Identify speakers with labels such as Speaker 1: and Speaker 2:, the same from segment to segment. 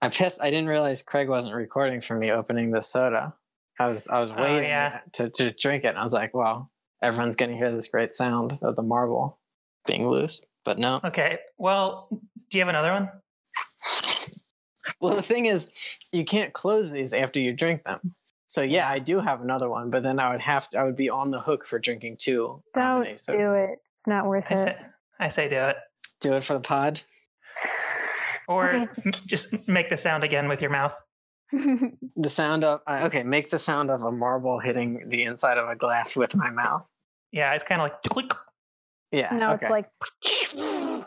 Speaker 1: I'm pissed. I didn't realize Craig wasn't recording for me opening the soda. I was I was
Speaker 2: Oh,
Speaker 1: waiting
Speaker 2: yeah.
Speaker 1: to, to drink it. And I was like, wow, everyone's gonna hear this great sound of the marble being loose. But no.
Speaker 2: Okay. Well, do you have another one?
Speaker 1: Well, the thing is, you can't close these after you drink them. So yeah, I do have another one, but then I would have to, I would be on the hook for drinking two.
Speaker 3: Don't
Speaker 1: Ramune, so
Speaker 3: do it. It's not worth
Speaker 2: I say,
Speaker 3: it.
Speaker 2: I say do it.
Speaker 1: do it for the pod.
Speaker 2: Or
Speaker 3: Okay.
Speaker 2: m- just make the sound again with your mouth.
Speaker 1: The sound of uh, okay, make the sound of a marble hitting the inside of a glass with my mouth.
Speaker 2: Yeah, it's kind of like click.
Speaker 1: Yeah.
Speaker 3: no, it's
Speaker 1: okay.
Speaker 3: like.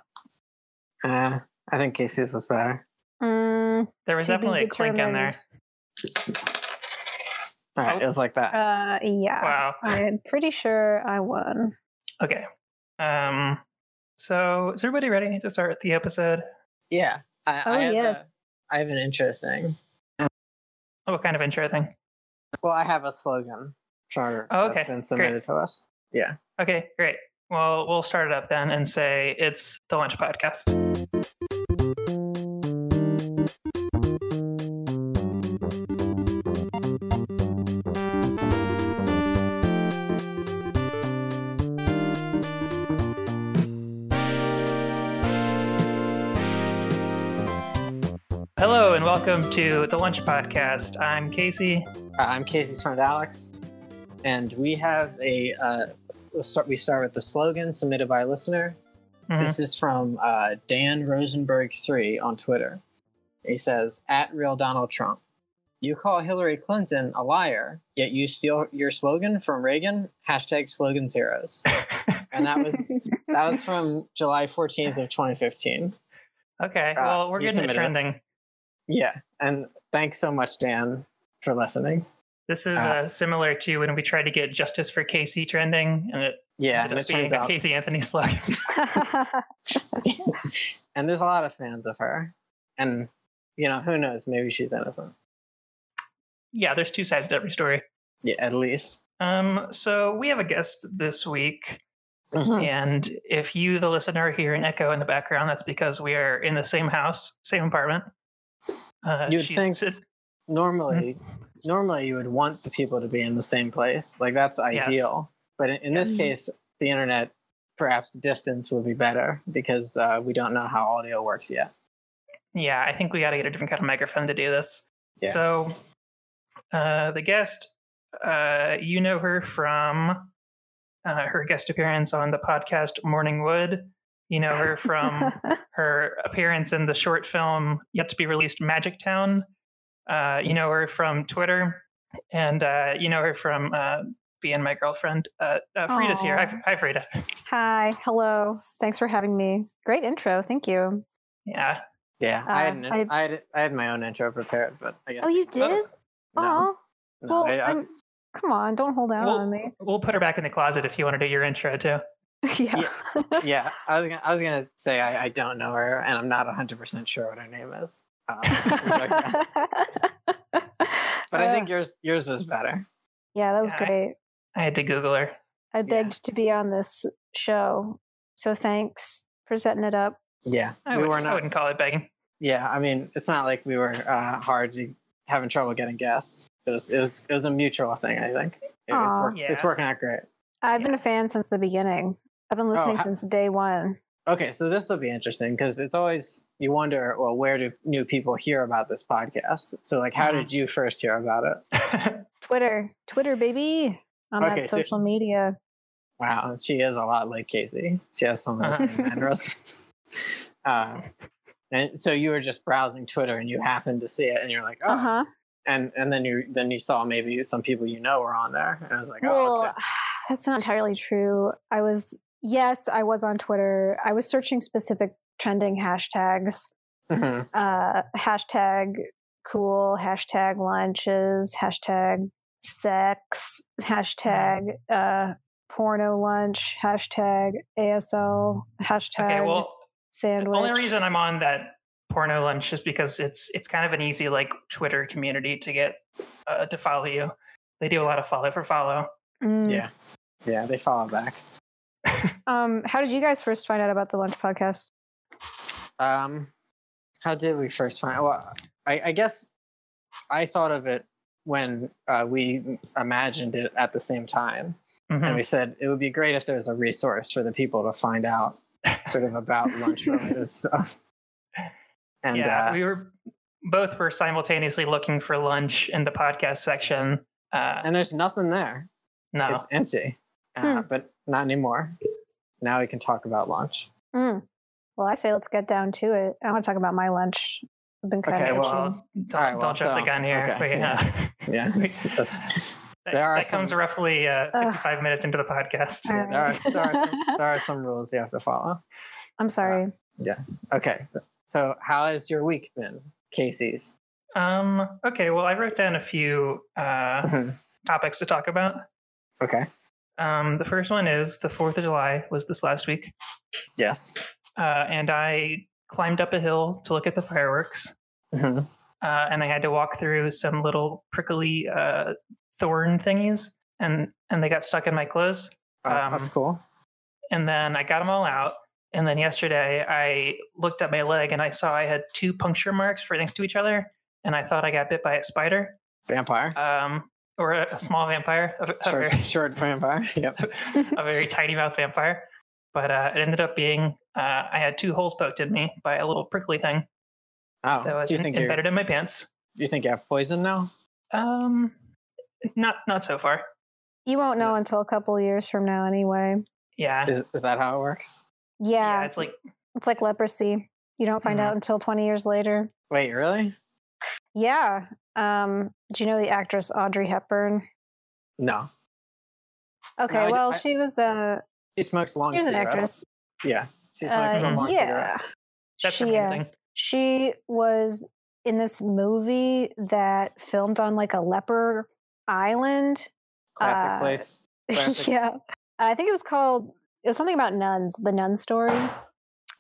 Speaker 1: Uh, I think Casey's was better.
Speaker 3: Mm,
Speaker 2: There was
Speaker 3: to be
Speaker 2: definitely a clink in there.
Speaker 1: All right,
Speaker 2: Oh.
Speaker 1: it was like that.
Speaker 3: determined. Uh, yeah.
Speaker 2: Wow.
Speaker 3: I'm pretty sure I won.
Speaker 2: Okay. Um. So is everybody ready to start the episode?
Speaker 1: yeah. I,
Speaker 3: Oh
Speaker 1: I have uh,
Speaker 3: yes.
Speaker 1: A, I have an interesting.
Speaker 2: Oh, What kind of intro thing?
Speaker 1: Well, I have a slogan for
Speaker 2: Oh,
Speaker 1: that's
Speaker 2: okay,
Speaker 1: been submitted to us. Yeah.
Speaker 2: Okay, great. Well, we'll start it up then and say it's the Lunch Podcast. Hello and welcome to the Lunch Podcast. I'm Casey.
Speaker 1: Uh, I'm Casey's friend Alex, and we have a. Uh, s- we'll start. We start with the slogan submitted by a listener.
Speaker 2: Mhm.
Speaker 1: This is from uh, Dan Rosenberg three on Twitter. He says, "At real Donald Trump, you call Hillary Clinton a liar, yet you steal your slogan from Reagan. Hashtag slogans heroes." and that was that was from July 14th of 2015.
Speaker 2: Okay,
Speaker 1: Uh,
Speaker 2: well, we're
Speaker 1: you
Speaker 2: getting it
Speaker 1: submitted it.
Speaker 2: trending.
Speaker 1: Yeah, and thanks so much, Dan, for listening.
Speaker 2: This is uh,
Speaker 1: Uh,
Speaker 2: similar to when we tried to get justice for Casey trending, and it
Speaker 1: Yeah,
Speaker 2: ended
Speaker 1: and
Speaker 2: up
Speaker 1: it turns
Speaker 2: being a
Speaker 1: out,
Speaker 2: Casey Anthony slug.
Speaker 1: and there's a lot of fans of her, and you know who knows, maybe she's innocent.
Speaker 2: yeah, there's two sides to every story.
Speaker 1: Yeah, at least.
Speaker 2: Um, so we have a guest this week,
Speaker 1: Hmm. Mm-hmm.
Speaker 2: and if you, the listener, hear an echo in the background, that's because we are in the same house, same apartment. Uh,
Speaker 1: You'd
Speaker 2: she's
Speaker 1: think-
Speaker 2: sit-
Speaker 1: Normally, normally you would want the people to be in the same place, like that's
Speaker 2: Yes.
Speaker 1: ideal. But in, in this case, the internet, perhaps distance would be better because uh, we don't know how audio works yet.
Speaker 2: yeah, I think we got to get a different kind of microphone to do this.
Speaker 1: Yeah.
Speaker 2: So, uh, the guest, uh, you know her from uh, her guest appearance on the podcast Morning Wood. You know her from her appearance in the short film yet to be released Magic Town. Uh, you know her from Twitter, and uh, you know her from uh, being my girlfriend. Uh, uh, Frida's here. Hi,
Speaker 3: Aw.
Speaker 2: hi, Frida.
Speaker 3: Hi, hello. Thanks for having me. Great intro. Thank you.
Speaker 2: Yeah.
Speaker 1: Yeah, I,
Speaker 3: Uh,
Speaker 1: had an, I,
Speaker 3: I-
Speaker 1: had I had my own intro prepared, but I guess
Speaker 3: Oh, you did?
Speaker 1: no,
Speaker 3: Oh,
Speaker 1: no,
Speaker 3: well,
Speaker 1: I- I-
Speaker 3: I'm- come on. Don't hold out
Speaker 2: Well-
Speaker 3: on me.
Speaker 2: We'll put her back in the closet if you want to do your intro too.
Speaker 3: yeah.
Speaker 1: yeah, I was gonna, I was gonna say I, I don't know her, and I'm not 100 percent sure what her name is. Um, but I think yours yours
Speaker 2: Mm-hmm.
Speaker 1: was better.
Speaker 3: Uh, Yeah, that was
Speaker 2: Yeah, I-
Speaker 3: great.
Speaker 2: I had to Google her.
Speaker 3: I begged to be on this show. So thanks for setting it up.
Speaker 1: Yeah,
Speaker 2: I,
Speaker 1: we
Speaker 2: would,
Speaker 1: were
Speaker 2: I
Speaker 1: not.
Speaker 2: wouldn't call it begging.
Speaker 1: Yeah, I mean, it's not like we were uh, hard to, having trouble getting guests. It was, it was it was a mutual thing. I think It- it's,
Speaker 3: Aw.
Speaker 1: work, it's
Speaker 2: Yeah.
Speaker 1: working out great.
Speaker 3: I've been
Speaker 2: Yeah.
Speaker 3: a fan since the beginning. I've been listening
Speaker 1: ha-
Speaker 3: since day one.
Speaker 1: Okay, so this will be interesting because it's always you wonder, well, where do new people hear about this podcast? So, like, how
Speaker 2: Mhm.
Speaker 1: did you first hear about it?
Speaker 3: Twitter, Twitter, baby, on
Speaker 1: Okay,
Speaker 3: that
Speaker 1: so-
Speaker 3: social media.
Speaker 1: Wow, she is a lot like Casey. She has some of the
Speaker 2: Uh-huh.
Speaker 1: same manners. uh, and so you were just browsing Twitter and you happened to see it, and you're like, oh,
Speaker 3: Uh huh.
Speaker 1: and and then you then you saw maybe some people you know were on there, and I was like, oh,
Speaker 3: Well,
Speaker 1: okay.
Speaker 3: that's not entirely true. I was, yes, I was on Twitter. I was searching specific trending hashtags,
Speaker 2: mm-hmm.
Speaker 1: Mhm.
Speaker 3: uh, hashtag cool, hashtag lunches, hashtag sex, hashtag uh, porno lunch, hashtag ASL, hashtag
Speaker 2: okay. Well,
Speaker 3: sandwich.
Speaker 2: The only reason I'm on that porno lunch is because it's it's kind of an easy like Twitter community to get uh, to follow you. They do a lot of follow for follow.
Speaker 3: Mm.
Speaker 1: yeah, yeah, they follow back.
Speaker 3: Um, how did you guys first find out about the lunch podcast?
Speaker 1: Um, how did we first find? Well, I, I guess I thought of it when uh, we imagined it at the same time, and
Speaker 2: Mhm.
Speaker 1: we said it would be great if there's a resource for the people to find out sort of about lunch related stuff. And
Speaker 2: yeah,
Speaker 1: uh,
Speaker 2: we were both were simultaneously looking for lunch in the podcast section. Uh,
Speaker 1: and there's nothing there.
Speaker 2: no,
Speaker 1: It's empty, uh,
Speaker 3: Hmm.
Speaker 1: but not anymore. Now we can talk about lunch.
Speaker 3: Mm. Well, I say let's get down to it. I want to talk about my lunch. I've been kind
Speaker 1: Okay,
Speaker 3: of
Speaker 1: well,
Speaker 3: itching.
Speaker 2: don't,
Speaker 1: right, well,
Speaker 2: don't jump the
Speaker 1: so-
Speaker 2: gun here.
Speaker 1: okay,
Speaker 2: Wait,
Speaker 1: yeah.
Speaker 2: uh,
Speaker 1: Yeah, that's, that's,
Speaker 2: that,
Speaker 1: There are
Speaker 2: that comes
Speaker 1: some-
Speaker 2: roughly uh, 55 minutes into the podcast.
Speaker 3: All
Speaker 1: yeah, there,
Speaker 3: right.
Speaker 1: are, there, are some, there are some rules you have to follow.
Speaker 3: I'm sorry.
Speaker 1: Yes. Okay. So, so how has your week been, Casey's?
Speaker 2: Um, okay, well, I wrote down a few uh,
Speaker 1: Mm-hmm.
Speaker 2: topics to talk about.
Speaker 1: okay.
Speaker 2: Um, the first one is the 4th of July was this last week,
Speaker 1: Yes.
Speaker 2: uh, and I climbed up a hill to look at the fireworks.
Speaker 1: hmm
Speaker 2: uh, and I had to walk through some little prickly uh, thorn thingies, and and they got stuck in my clothes. Um,
Speaker 1: that's cool.
Speaker 2: And then I got them all out. And then yesterday, I looked at my leg and I saw I had two puncture marks right next to each other, and I thought I got bit by a spider
Speaker 1: Vampire.
Speaker 2: um, or a, a small vampire, a,
Speaker 3: uh,
Speaker 2: a
Speaker 1: short,
Speaker 2: very,
Speaker 1: short vampire. Yep.
Speaker 2: a very tiny mouth vampire. But uh, it ended up being uh, I had two holes poked in me by a little prickly thing
Speaker 1: Oh,
Speaker 2: that was
Speaker 1: do you
Speaker 2: in-
Speaker 1: think you're,
Speaker 2: embedded in my pants.
Speaker 1: you think you have poison now?
Speaker 2: Um, not not so far.
Speaker 3: You won't know until a couple years from now, anyway.
Speaker 2: Yeah.
Speaker 1: Is, is that how it works?
Speaker 3: Yeah,
Speaker 2: yeah. it's like
Speaker 3: it's like leprosy. You don't find
Speaker 2: Mhm.
Speaker 3: out until 20 years later.
Speaker 1: Wait, really?
Speaker 3: Yeah. Um, do you know the actress Audrey Hepburn?
Speaker 1: No.
Speaker 3: Okay,
Speaker 1: I d-
Speaker 3: well,
Speaker 1: I-
Speaker 3: she was a
Speaker 1: She smokes long
Speaker 3: she was an
Speaker 1: cigarettes.
Speaker 3: actress.
Speaker 1: Yeah. She smokes
Speaker 3: Uh,
Speaker 1: a long cigarette.
Speaker 3: yeah,
Speaker 2: that's
Speaker 3: she,
Speaker 2: her main
Speaker 3: uh,
Speaker 2: thing.
Speaker 3: she was in this movie that filmed on like a leper island.
Speaker 1: Classic
Speaker 3: Uh,
Speaker 1: place. Classic.
Speaker 3: yeah, I think it was called. It was something about nuns, the nun story,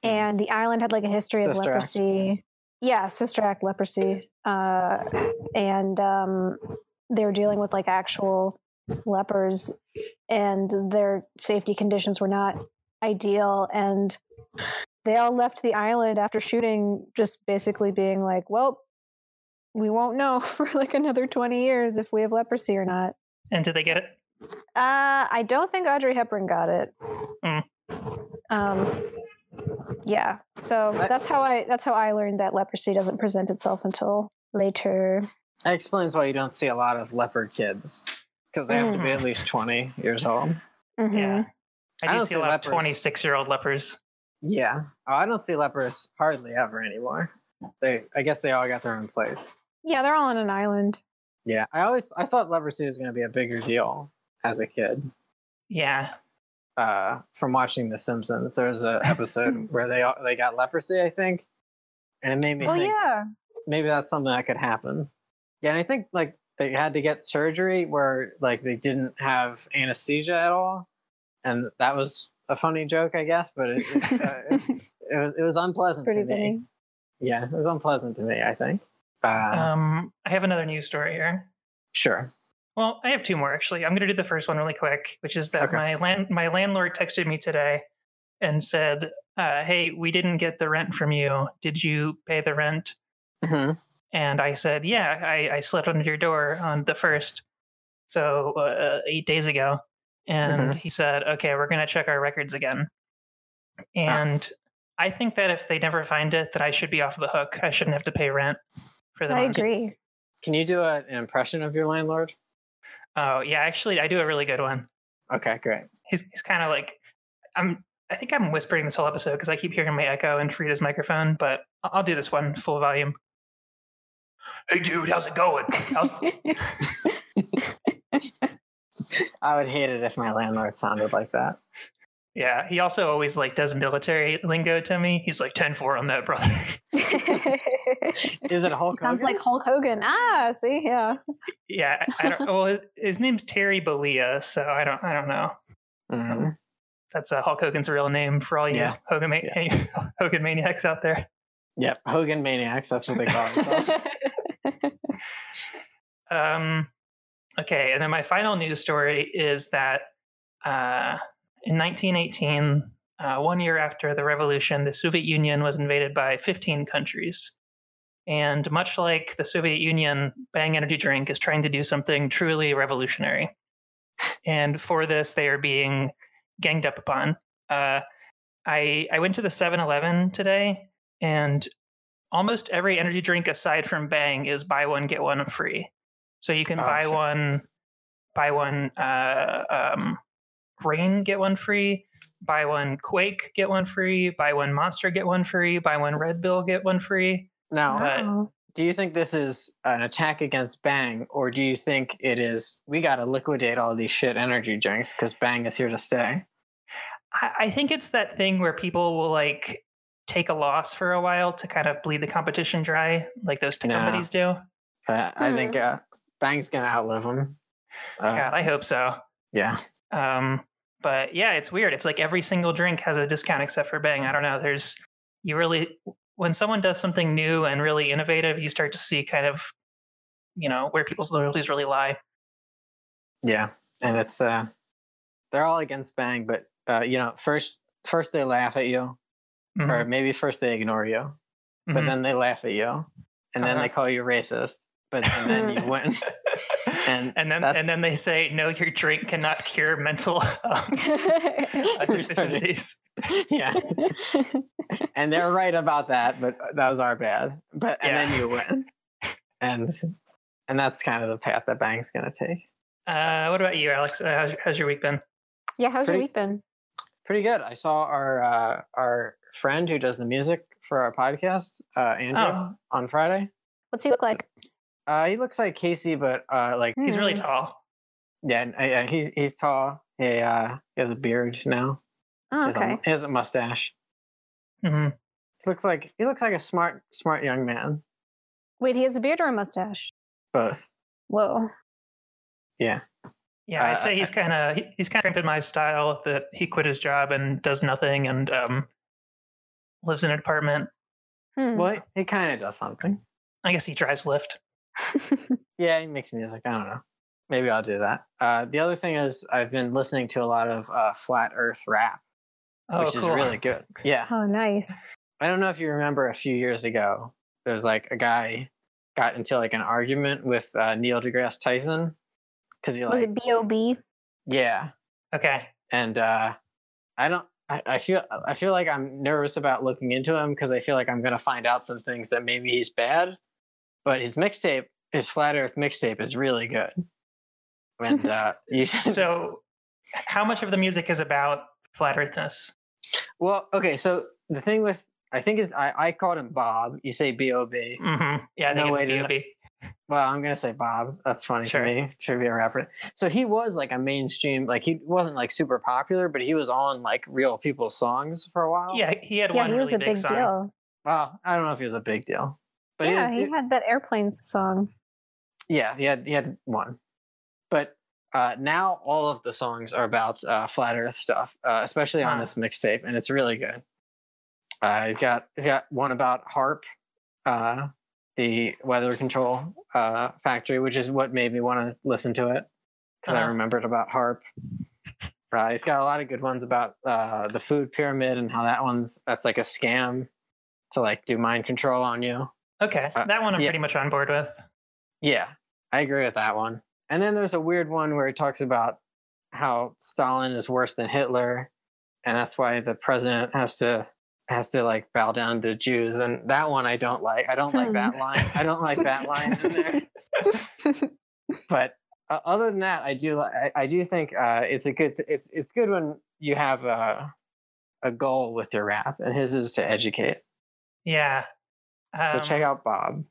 Speaker 3: and the island had like a history of
Speaker 1: Mm-hmm. Sister Act.
Speaker 3: leprosy. Yeah, Sister Act leprosy, uh, and um, they were dealing with like actual lepers, and their safety conditions were not ideal, and they all left the island after shooting, just basically being like, "Well, we won't know for like another twenty years if we have leprosy or not."
Speaker 2: And did they get it?
Speaker 3: Uh, I don't think Audrey Hepburn got it.
Speaker 2: Mm.
Speaker 3: Um, yeah. So
Speaker 1: That-
Speaker 3: that's how I that's how I learned that leprosy doesn't present itself until later.
Speaker 1: That explains why you don't see a lot of leopard kids because they have to be
Speaker 2: Mm.
Speaker 1: at least 20 years old.
Speaker 3: Mhm.
Speaker 2: Yeah.
Speaker 1: I
Speaker 2: I do
Speaker 1: don't
Speaker 2: see a
Speaker 1: see
Speaker 2: lot
Speaker 1: lepers.
Speaker 2: of 26 year old lepers.
Speaker 1: Yeah. Oh, I don't see lepers hardly ever anymore. They, I guess they all got their own place.
Speaker 3: Yeah, they're all on an island.
Speaker 1: Yeah. I always, I thought leprosy was going to be a bigger deal as a kid.
Speaker 2: Yeah.
Speaker 1: Uh, from watching The Simpsons, there was an episode where they all- they got leprosy, I think, and it made me
Speaker 3: Oh
Speaker 1: think
Speaker 3: yeah.
Speaker 1: maybe that's something that could happen. Yeah, and I think like they had to get surgery where like they didn't have anesthesia at all, and that was a funny joke, I guess, but it, it, uh, it, it was it was unpleasant
Speaker 3: Pretty
Speaker 1: to me.
Speaker 3: funny.
Speaker 1: Yeah, it was unpleasant to me. I think. Uh,
Speaker 2: Um, I have another news story here.
Speaker 1: sure.
Speaker 2: Well, I have two more actually. I'm going to do the first one really quick, which is that
Speaker 1: Okay.
Speaker 2: my land my landlord texted me today and said, uh, "Hey, we didn't get the rent from you. Did you pay the rent?"
Speaker 1: hmm
Speaker 2: And I said, "Yeah, I, I slept under your door on the first, so uh, eight days ago." And he said, "Okay, we're gonna check our records again." And I think that if they never find it, that I should be off the hook. I shouldn't have to pay rent for the
Speaker 3: I
Speaker 2: month.
Speaker 3: agree.
Speaker 1: Can you do a, an impression of your landlord?
Speaker 2: Oh yeah, actually, I do a really good one.
Speaker 1: Okay, great.
Speaker 2: He's he's kind of like, I'm. I think I'm whispering this whole episode because I keep hearing my echo in Frida's microphone, but I- I'll do this one full volume. Hey dude, how's it going? How's
Speaker 1: I would hate it if my landlord sounded like that.
Speaker 2: Yeah, he also always like does military lingo to me. He's like 10-4 on that, brother.
Speaker 1: Is it Hulk
Speaker 3: Sounds
Speaker 1: Hogan?
Speaker 3: like Hulk Hogan. Ah, see, yeah.
Speaker 2: yeah, I I don't. Well, his- his name's Terry Bollea, so I don't. I don't know.
Speaker 1: Mhm.
Speaker 2: That's uh, Hulk Hogan's real name for all you
Speaker 1: Yeah.
Speaker 2: Hogan ma- Hogan maniacs out there.
Speaker 1: Yep, Hogan maniacs. That's what they call themselves.
Speaker 2: Um, okay, and then my final news story is that uh, in 1918, uh, one year after the revolution, the Soviet Union was invaded by 15 countries. And much like the Soviet Union, Bang Energy Drink is trying to do something truly revolutionary. And for this, they are being ganged up upon. Uh, I, I went to the 7 Eleven today, and almost every energy drink aside from Bang is buy one, get one free. So you can
Speaker 1: Oh,
Speaker 2: buy
Speaker 1: shit.
Speaker 2: one, buy one uh, um, Rain, get one free, buy one Quake, get one free, buy one Monster, get one free, buy one Red Bill, get one free.
Speaker 1: Now,
Speaker 3: Uh,
Speaker 2: But-
Speaker 4: Wow.
Speaker 1: do you think this is an attack against Bang, or do you think it is we got to liquidate all these shit energy drinks because Bang is here to stay?
Speaker 2: I, I think it's that thing where people will like take a loss for a while to kind of bleed the competition dry, like those two
Speaker 1: Nah.
Speaker 2: companies do.
Speaker 1: But I think uh, Bang's gonna outlive him. Uh,
Speaker 2: God, I hope so.
Speaker 1: yeah.
Speaker 2: Um, but yeah, it's weird. It's like every single drink has a discount except for Bang. I don't know. There's you really when someone does something new and really innovative, you start to see kind of you know where people's loyalties really lie.
Speaker 1: Yeah, and it's uh, they're all against Bang, but uh, you know, first first they laugh at you,
Speaker 2: Mhm,
Speaker 1: or maybe first they ignore you, but
Speaker 2: mhm.
Speaker 1: then they laugh at you, and then they
Speaker 2: Uh-huh.
Speaker 1: call you racist, but and then you win. and
Speaker 2: Mm-hmm. and then
Speaker 1: that's-
Speaker 2: and then they say no, your drink cannot cure mental um, deficiencies.
Speaker 1: yeah, and they're right about that, but that was our bad. But and
Speaker 2: Yeah.
Speaker 1: then you win, and and that's kind of the path that Bang's gonna take.
Speaker 2: Uh, what about you, Alex? Uh, how's, how's your week been?
Speaker 4: yeah, how's
Speaker 1: Pretty-
Speaker 4: your week been?
Speaker 1: Pretty good. I saw our uh, our friend who does the music for our podcast, uh, Andrew,
Speaker 2: Oh,
Speaker 1: on Friday.
Speaker 4: What's he look like?
Speaker 1: Uh, he looks like Casey, but uh, like
Speaker 2: he's really
Speaker 4: Hmm.
Speaker 2: tall.
Speaker 1: yeah, and- uh, yeah, he's he's tall. He uh, he has a beard now. He
Speaker 4: Oh,
Speaker 1: has a-
Speaker 4: okay.
Speaker 1: he has a mustache.
Speaker 2: hmm
Speaker 1: Mm-hmm. Looks like he looks like a smart smart young man.
Speaker 4: Wait, he has a beard or a mustache?
Speaker 1: Both.
Speaker 4: Whoa.
Speaker 2: Yeah,
Speaker 1: Uh,
Speaker 2: I'd say he's kind of he's kind of in my style that he quit his job and does nothing and um, lives in an apartment.
Speaker 4: Hmm.
Speaker 1: Well, he, kind of does something.
Speaker 2: I guess he drives Lyft.
Speaker 1: Yeah, he makes music. I don't know. Maybe I'll do that. Uh, the other thing is I've been listening to a lot of uh, flat Earth rap,
Speaker 2: Oh,
Speaker 1: which
Speaker 2: cool.
Speaker 1: is really good. Yeah,
Speaker 4: oh, nice.
Speaker 1: I don't know if you remember a few years ago. There was like a guy got into like an argument with uh, Neil deGrasse Tyson because he
Speaker 4: Was
Speaker 1: like
Speaker 4: it B.O.B.?
Speaker 1: yeah
Speaker 2: Okay.
Speaker 1: and uh, I don't. I, I feel I feel like I'm nervous about looking into him because I feel like I'm gonna find out some things that maybe he's bad, but his mixtape, his flat Earth mixtape, is really good. And uh, you,
Speaker 2: So, how much of the music is about flat earthness?
Speaker 1: well, okay. So the thing with I think is I, I called him Bob. You say B O B.
Speaker 2: hmm Yeah, I think
Speaker 1: No
Speaker 2: it's
Speaker 1: way to-
Speaker 2: B.O.B.
Speaker 1: Well, I'm gonna say Bob. That's funny
Speaker 2: Sure.
Speaker 1: to me to be a rapper. So he was like a mainstream. Like he wasn't like super popular, but he was on like real people's songs for a while.
Speaker 2: Yeah, he had
Speaker 4: yeah,
Speaker 2: one
Speaker 4: he was
Speaker 2: really
Speaker 4: a big,
Speaker 2: song.
Speaker 4: deal.
Speaker 1: Well, I don't know if he was a big deal, but
Speaker 4: yeah,
Speaker 1: he
Speaker 4: he
Speaker 1: was,
Speaker 4: had that airplanes song.
Speaker 1: yeah, he had he had one, but uh, now all of the songs are about uh, flat Earth stuff, uh, especially on
Speaker 2: Huh.
Speaker 1: this mixtape, and it's really good. Uh, he's got he's got one about harp, uh, the weather control uh, factory, which is what made me want to listen to it because I
Speaker 2: Uh-huh.
Speaker 1: remembered about harp. Uh, he's got a lot of good ones about uh, the food pyramid and how that one's that's like a scam to like do mind control on you.
Speaker 2: Okay,
Speaker 1: Uh,
Speaker 2: that one I'm
Speaker 1: yeah.
Speaker 2: pretty much on board with.
Speaker 1: Yeah, I agree with that one. And then there's a weird one where he talks about how Stalin is worse than Hitler, and that's why the president has to has to like bow down to Jews. And that one I don't like. I don't like
Speaker 4: Hmm.
Speaker 1: that line. I don't like that line in there. But uh, other than that, I do li- I, I do think uh, it's a good it's it's good when you have a a goal with your rap, and his is to educate.
Speaker 2: Yeah.
Speaker 1: So
Speaker 2: Um,
Speaker 1: check out Bob.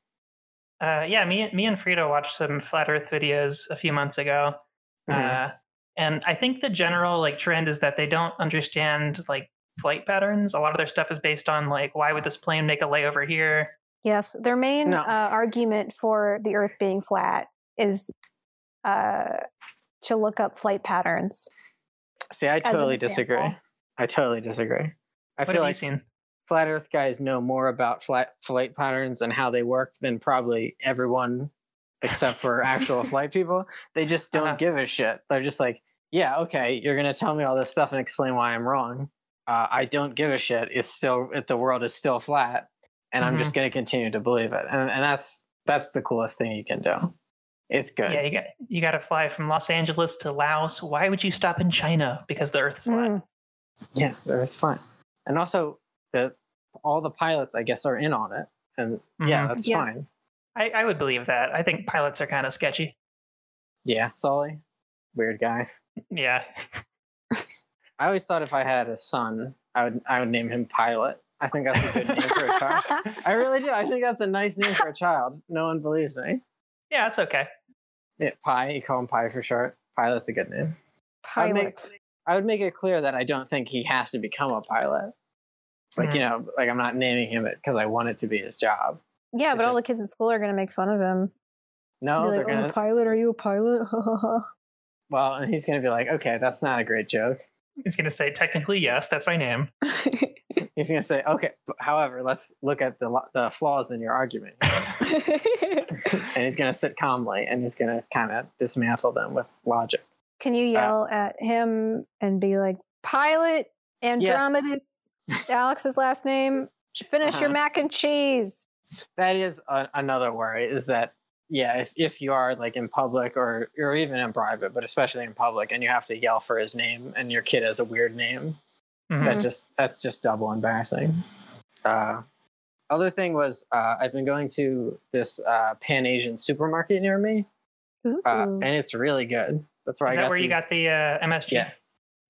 Speaker 2: Uh, yeah, me, me and Frida watched some flat Earth videos a few months ago,
Speaker 1: Mhm.
Speaker 2: uh, and I think the general like trend is that they don't understand like flight patterns. A lot of their stuff is based on like why would this plane make a layover here?
Speaker 4: yes, their main
Speaker 1: No.
Speaker 4: uh, argument for the Earth being flat is uh, to look up flight patterns.
Speaker 1: See, I
Speaker 4: an
Speaker 1: totally disagree.
Speaker 4: example.
Speaker 1: I totally disagree. I
Speaker 2: what
Speaker 1: feel
Speaker 2: have
Speaker 1: like
Speaker 2: you seen?
Speaker 1: flat Earth guys know more about flight flight patterns and how they work than probably everyone, except for actual flight people. They just don't
Speaker 2: Uh-huh.
Speaker 1: give a shit. They're just like, yeah, okay, you're gonna tell me all this stuff and explain why I'm wrong. Uh, I don't give a shit. It's still it, the world is still flat, and I'm
Speaker 2: Mhm.
Speaker 1: just going to continue to believe it. And, and that's that's the coolest thing you can do. It's good.
Speaker 2: Yeah, you got you got to fly from Los Angeles to Laos. Why would you stop in China? Because the Earth's flat.
Speaker 4: Mm.
Speaker 1: Yeah, that's fine. And also, the all the pilots, I guess, are in on it, and yeah,
Speaker 2: Mhm.
Speaker 1: that's
Speaker 5: Yes.
Speaker 1: fine.
Speaker 2: I, I would believe that. I think pilots are kind of sketchy.
Speaker 1: Yeah, Sully, weird guy.
Speaker 2: Yeah,
Speaker 1: I always thought if I had a son, I would I would name him Pilot. I think that's a good name for a child. I really do. I think that's a nice name for a child. No one believes me.
Speaker 2: yeah, it's okay.
Speaker 1: Yeah, Pi, you call him Pi for short. Pilot's a good name. I would, make,
Speaker 4: Pilot.
Speaker 1: I would make it clear that I don't think he has to become a pilot. Like,
Speaker 4: Hmm.
Speaker 1: you know, like I'm not naming him it because I want it to be his job.
Speaker 4: Yeah,
Speaker 1: It
Speaker 4: but all the
Speaker 1: just-
Speaker 4: kids at school are going to make fun of him.
Speaker 1: No,
Speaker 4: Be
Speaker 1: they're
Speaker 4: like,
Speaker 1: going
Speaker 4: oh,
Speaker 1: to,
Speaker 4: pilot, are you a pilot?
Speaker 1: well, and he's going to be like, okay, that's not a great joke.
Speaker 2: He's gonna say technically yes. That's my name.
Speaker 1: He's going to say, okay, but however, let's look at the, lo- the flaws in your argument. and he's going to sit calmly and he's going to kind of dismantle them with logic.
Speaker 4: Can
Speaker 1: Uh
Speaker 4: you yell at him and be like, pilot, Andromedus, Alex's last name, finish your
Speaker 1: Uh-huh.
Speaker 4: mac and cheese?
Speaker 1: that is a, another worry is that yeah if, if you are like in public or or even in private but especially in public and you have to yell for his name and your kid has a weird name
Speaker 2: Mhm.
Speaker 1: that just that's just double embarrassing uh other thing was uh, I've been going to this uh, Pan Asian supermarket near me,
Speaker 4: Ooh.
Speaker 1: uh, and it's really good. That's where
Speaker 2: Is
Speaker 1: I
Speaker 2: that
Speaker 1: got
Speaker 2: where you
Speaker 1: these-
Speaker 2: got the uh, MSG?
Speaker 1: Yeah.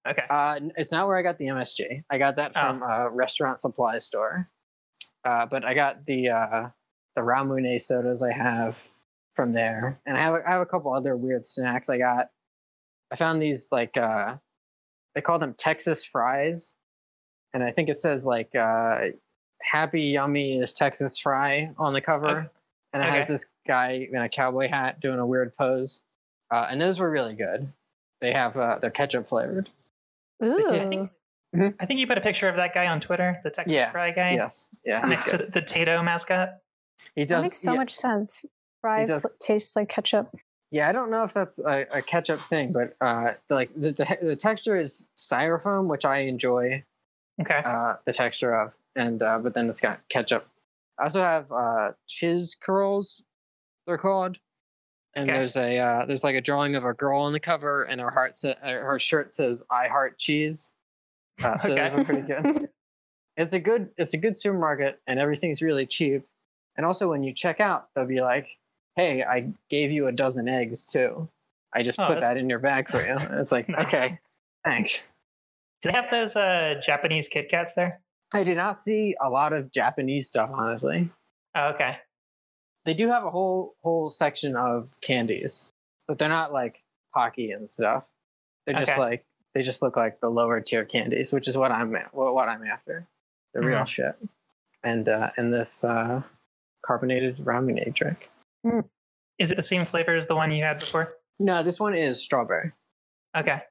Speaker 2: Okay.
Speaker 1: uh, n- it's not where I got the MSG. I got that
Speaker 2: Oh.
Speaker 1: from a restaurant supply store. Uh, but I got the uh, the Ramune sodas I have from there, and I have a, I have a couple other weird snacks. I got I found these like uh, they call them Texas fries, and I think it says like uh, "Happy Yummy" is Texas fry on the cover,
Speaker 2: Okay.
Speaker 1: and it has
Speaker 2: Okay.
Speaker 1: this guy in a cowboy hat doing a weird pose, uh, and those were really good. They have uh, they're ketchup flavored.
Speaker 2: Did you
Speaker 4: Ooh.
Speaker 2: think- I think you put a picture of that guy on Twitter, the Texas
Speaker 1: Mm-hmm. Yeah.
Speaker 2: Fry guy,
Speaker 1: Yes. Yeah. he's
Speaker 2: next to
Speaker 1: good.
Speaker 2: the, the Tato mascot.
Speaker 1: He
Speaker 4: That
Speaker 1: does.
Speaker 4: makes so
Speaker 1: yeah,
Speaker 4: much sense. Fries
Speaker 1: does-
Speaker 4: tastes like ketchup.
Speaker 1: yeah, I don't know if that's a, a ketchup thing, but uh, the, like the, the the texture is styrofoam, which I enjoy
Speaker 2: Okay.
Speaker 1: uh, the texture of, and uh, but then it's got ketchup. I also have uh, chiz curls, they're called, and
Speaker 2: Okay.
Speaker 1: there's a uh, there's like a drawing of a girl on the cover, and her heart sa- uh, her shirt says "I heart cheese." Uh, so those
Speaker 2: Okay.
Speaker 1: are pretty good. it's a good it's a good supermarket, and everything's really cheap. And also, when you check out, they'll be like, "Hey, I gave you a dozen eggs too. I just
Speaker 2: Oh,
Speaker 1: put
Speaker 2: that's-
Speaker 1: that in your bag for you." And it's like,
Speaker 2: Nice.
Speaker 1: okay, thanks.
Speaker 2: Do they have those uh, Japanese Kit Kats there?
Speaker 1: I did not see a lot of Japanese stuff, honestly.
Speaker 2: Oh, okay.
Speaker 1: They do have a whole whole section of candies, but they're not like Pocky and stuff. They're just
Speaker 2: Okay.
Speaker 1: like they just look like the lower tier candies, which is what I'm a- what, what I'm after, the real
Speaker 2: Mhm.
Speaker 1: shit. And uh, and this uh, carbonated ramen drink.
Speaker 2: Is it the same flavor as the one you had before?
Speaker 1: No, this one is strawberry.
Speaker 2: Okay.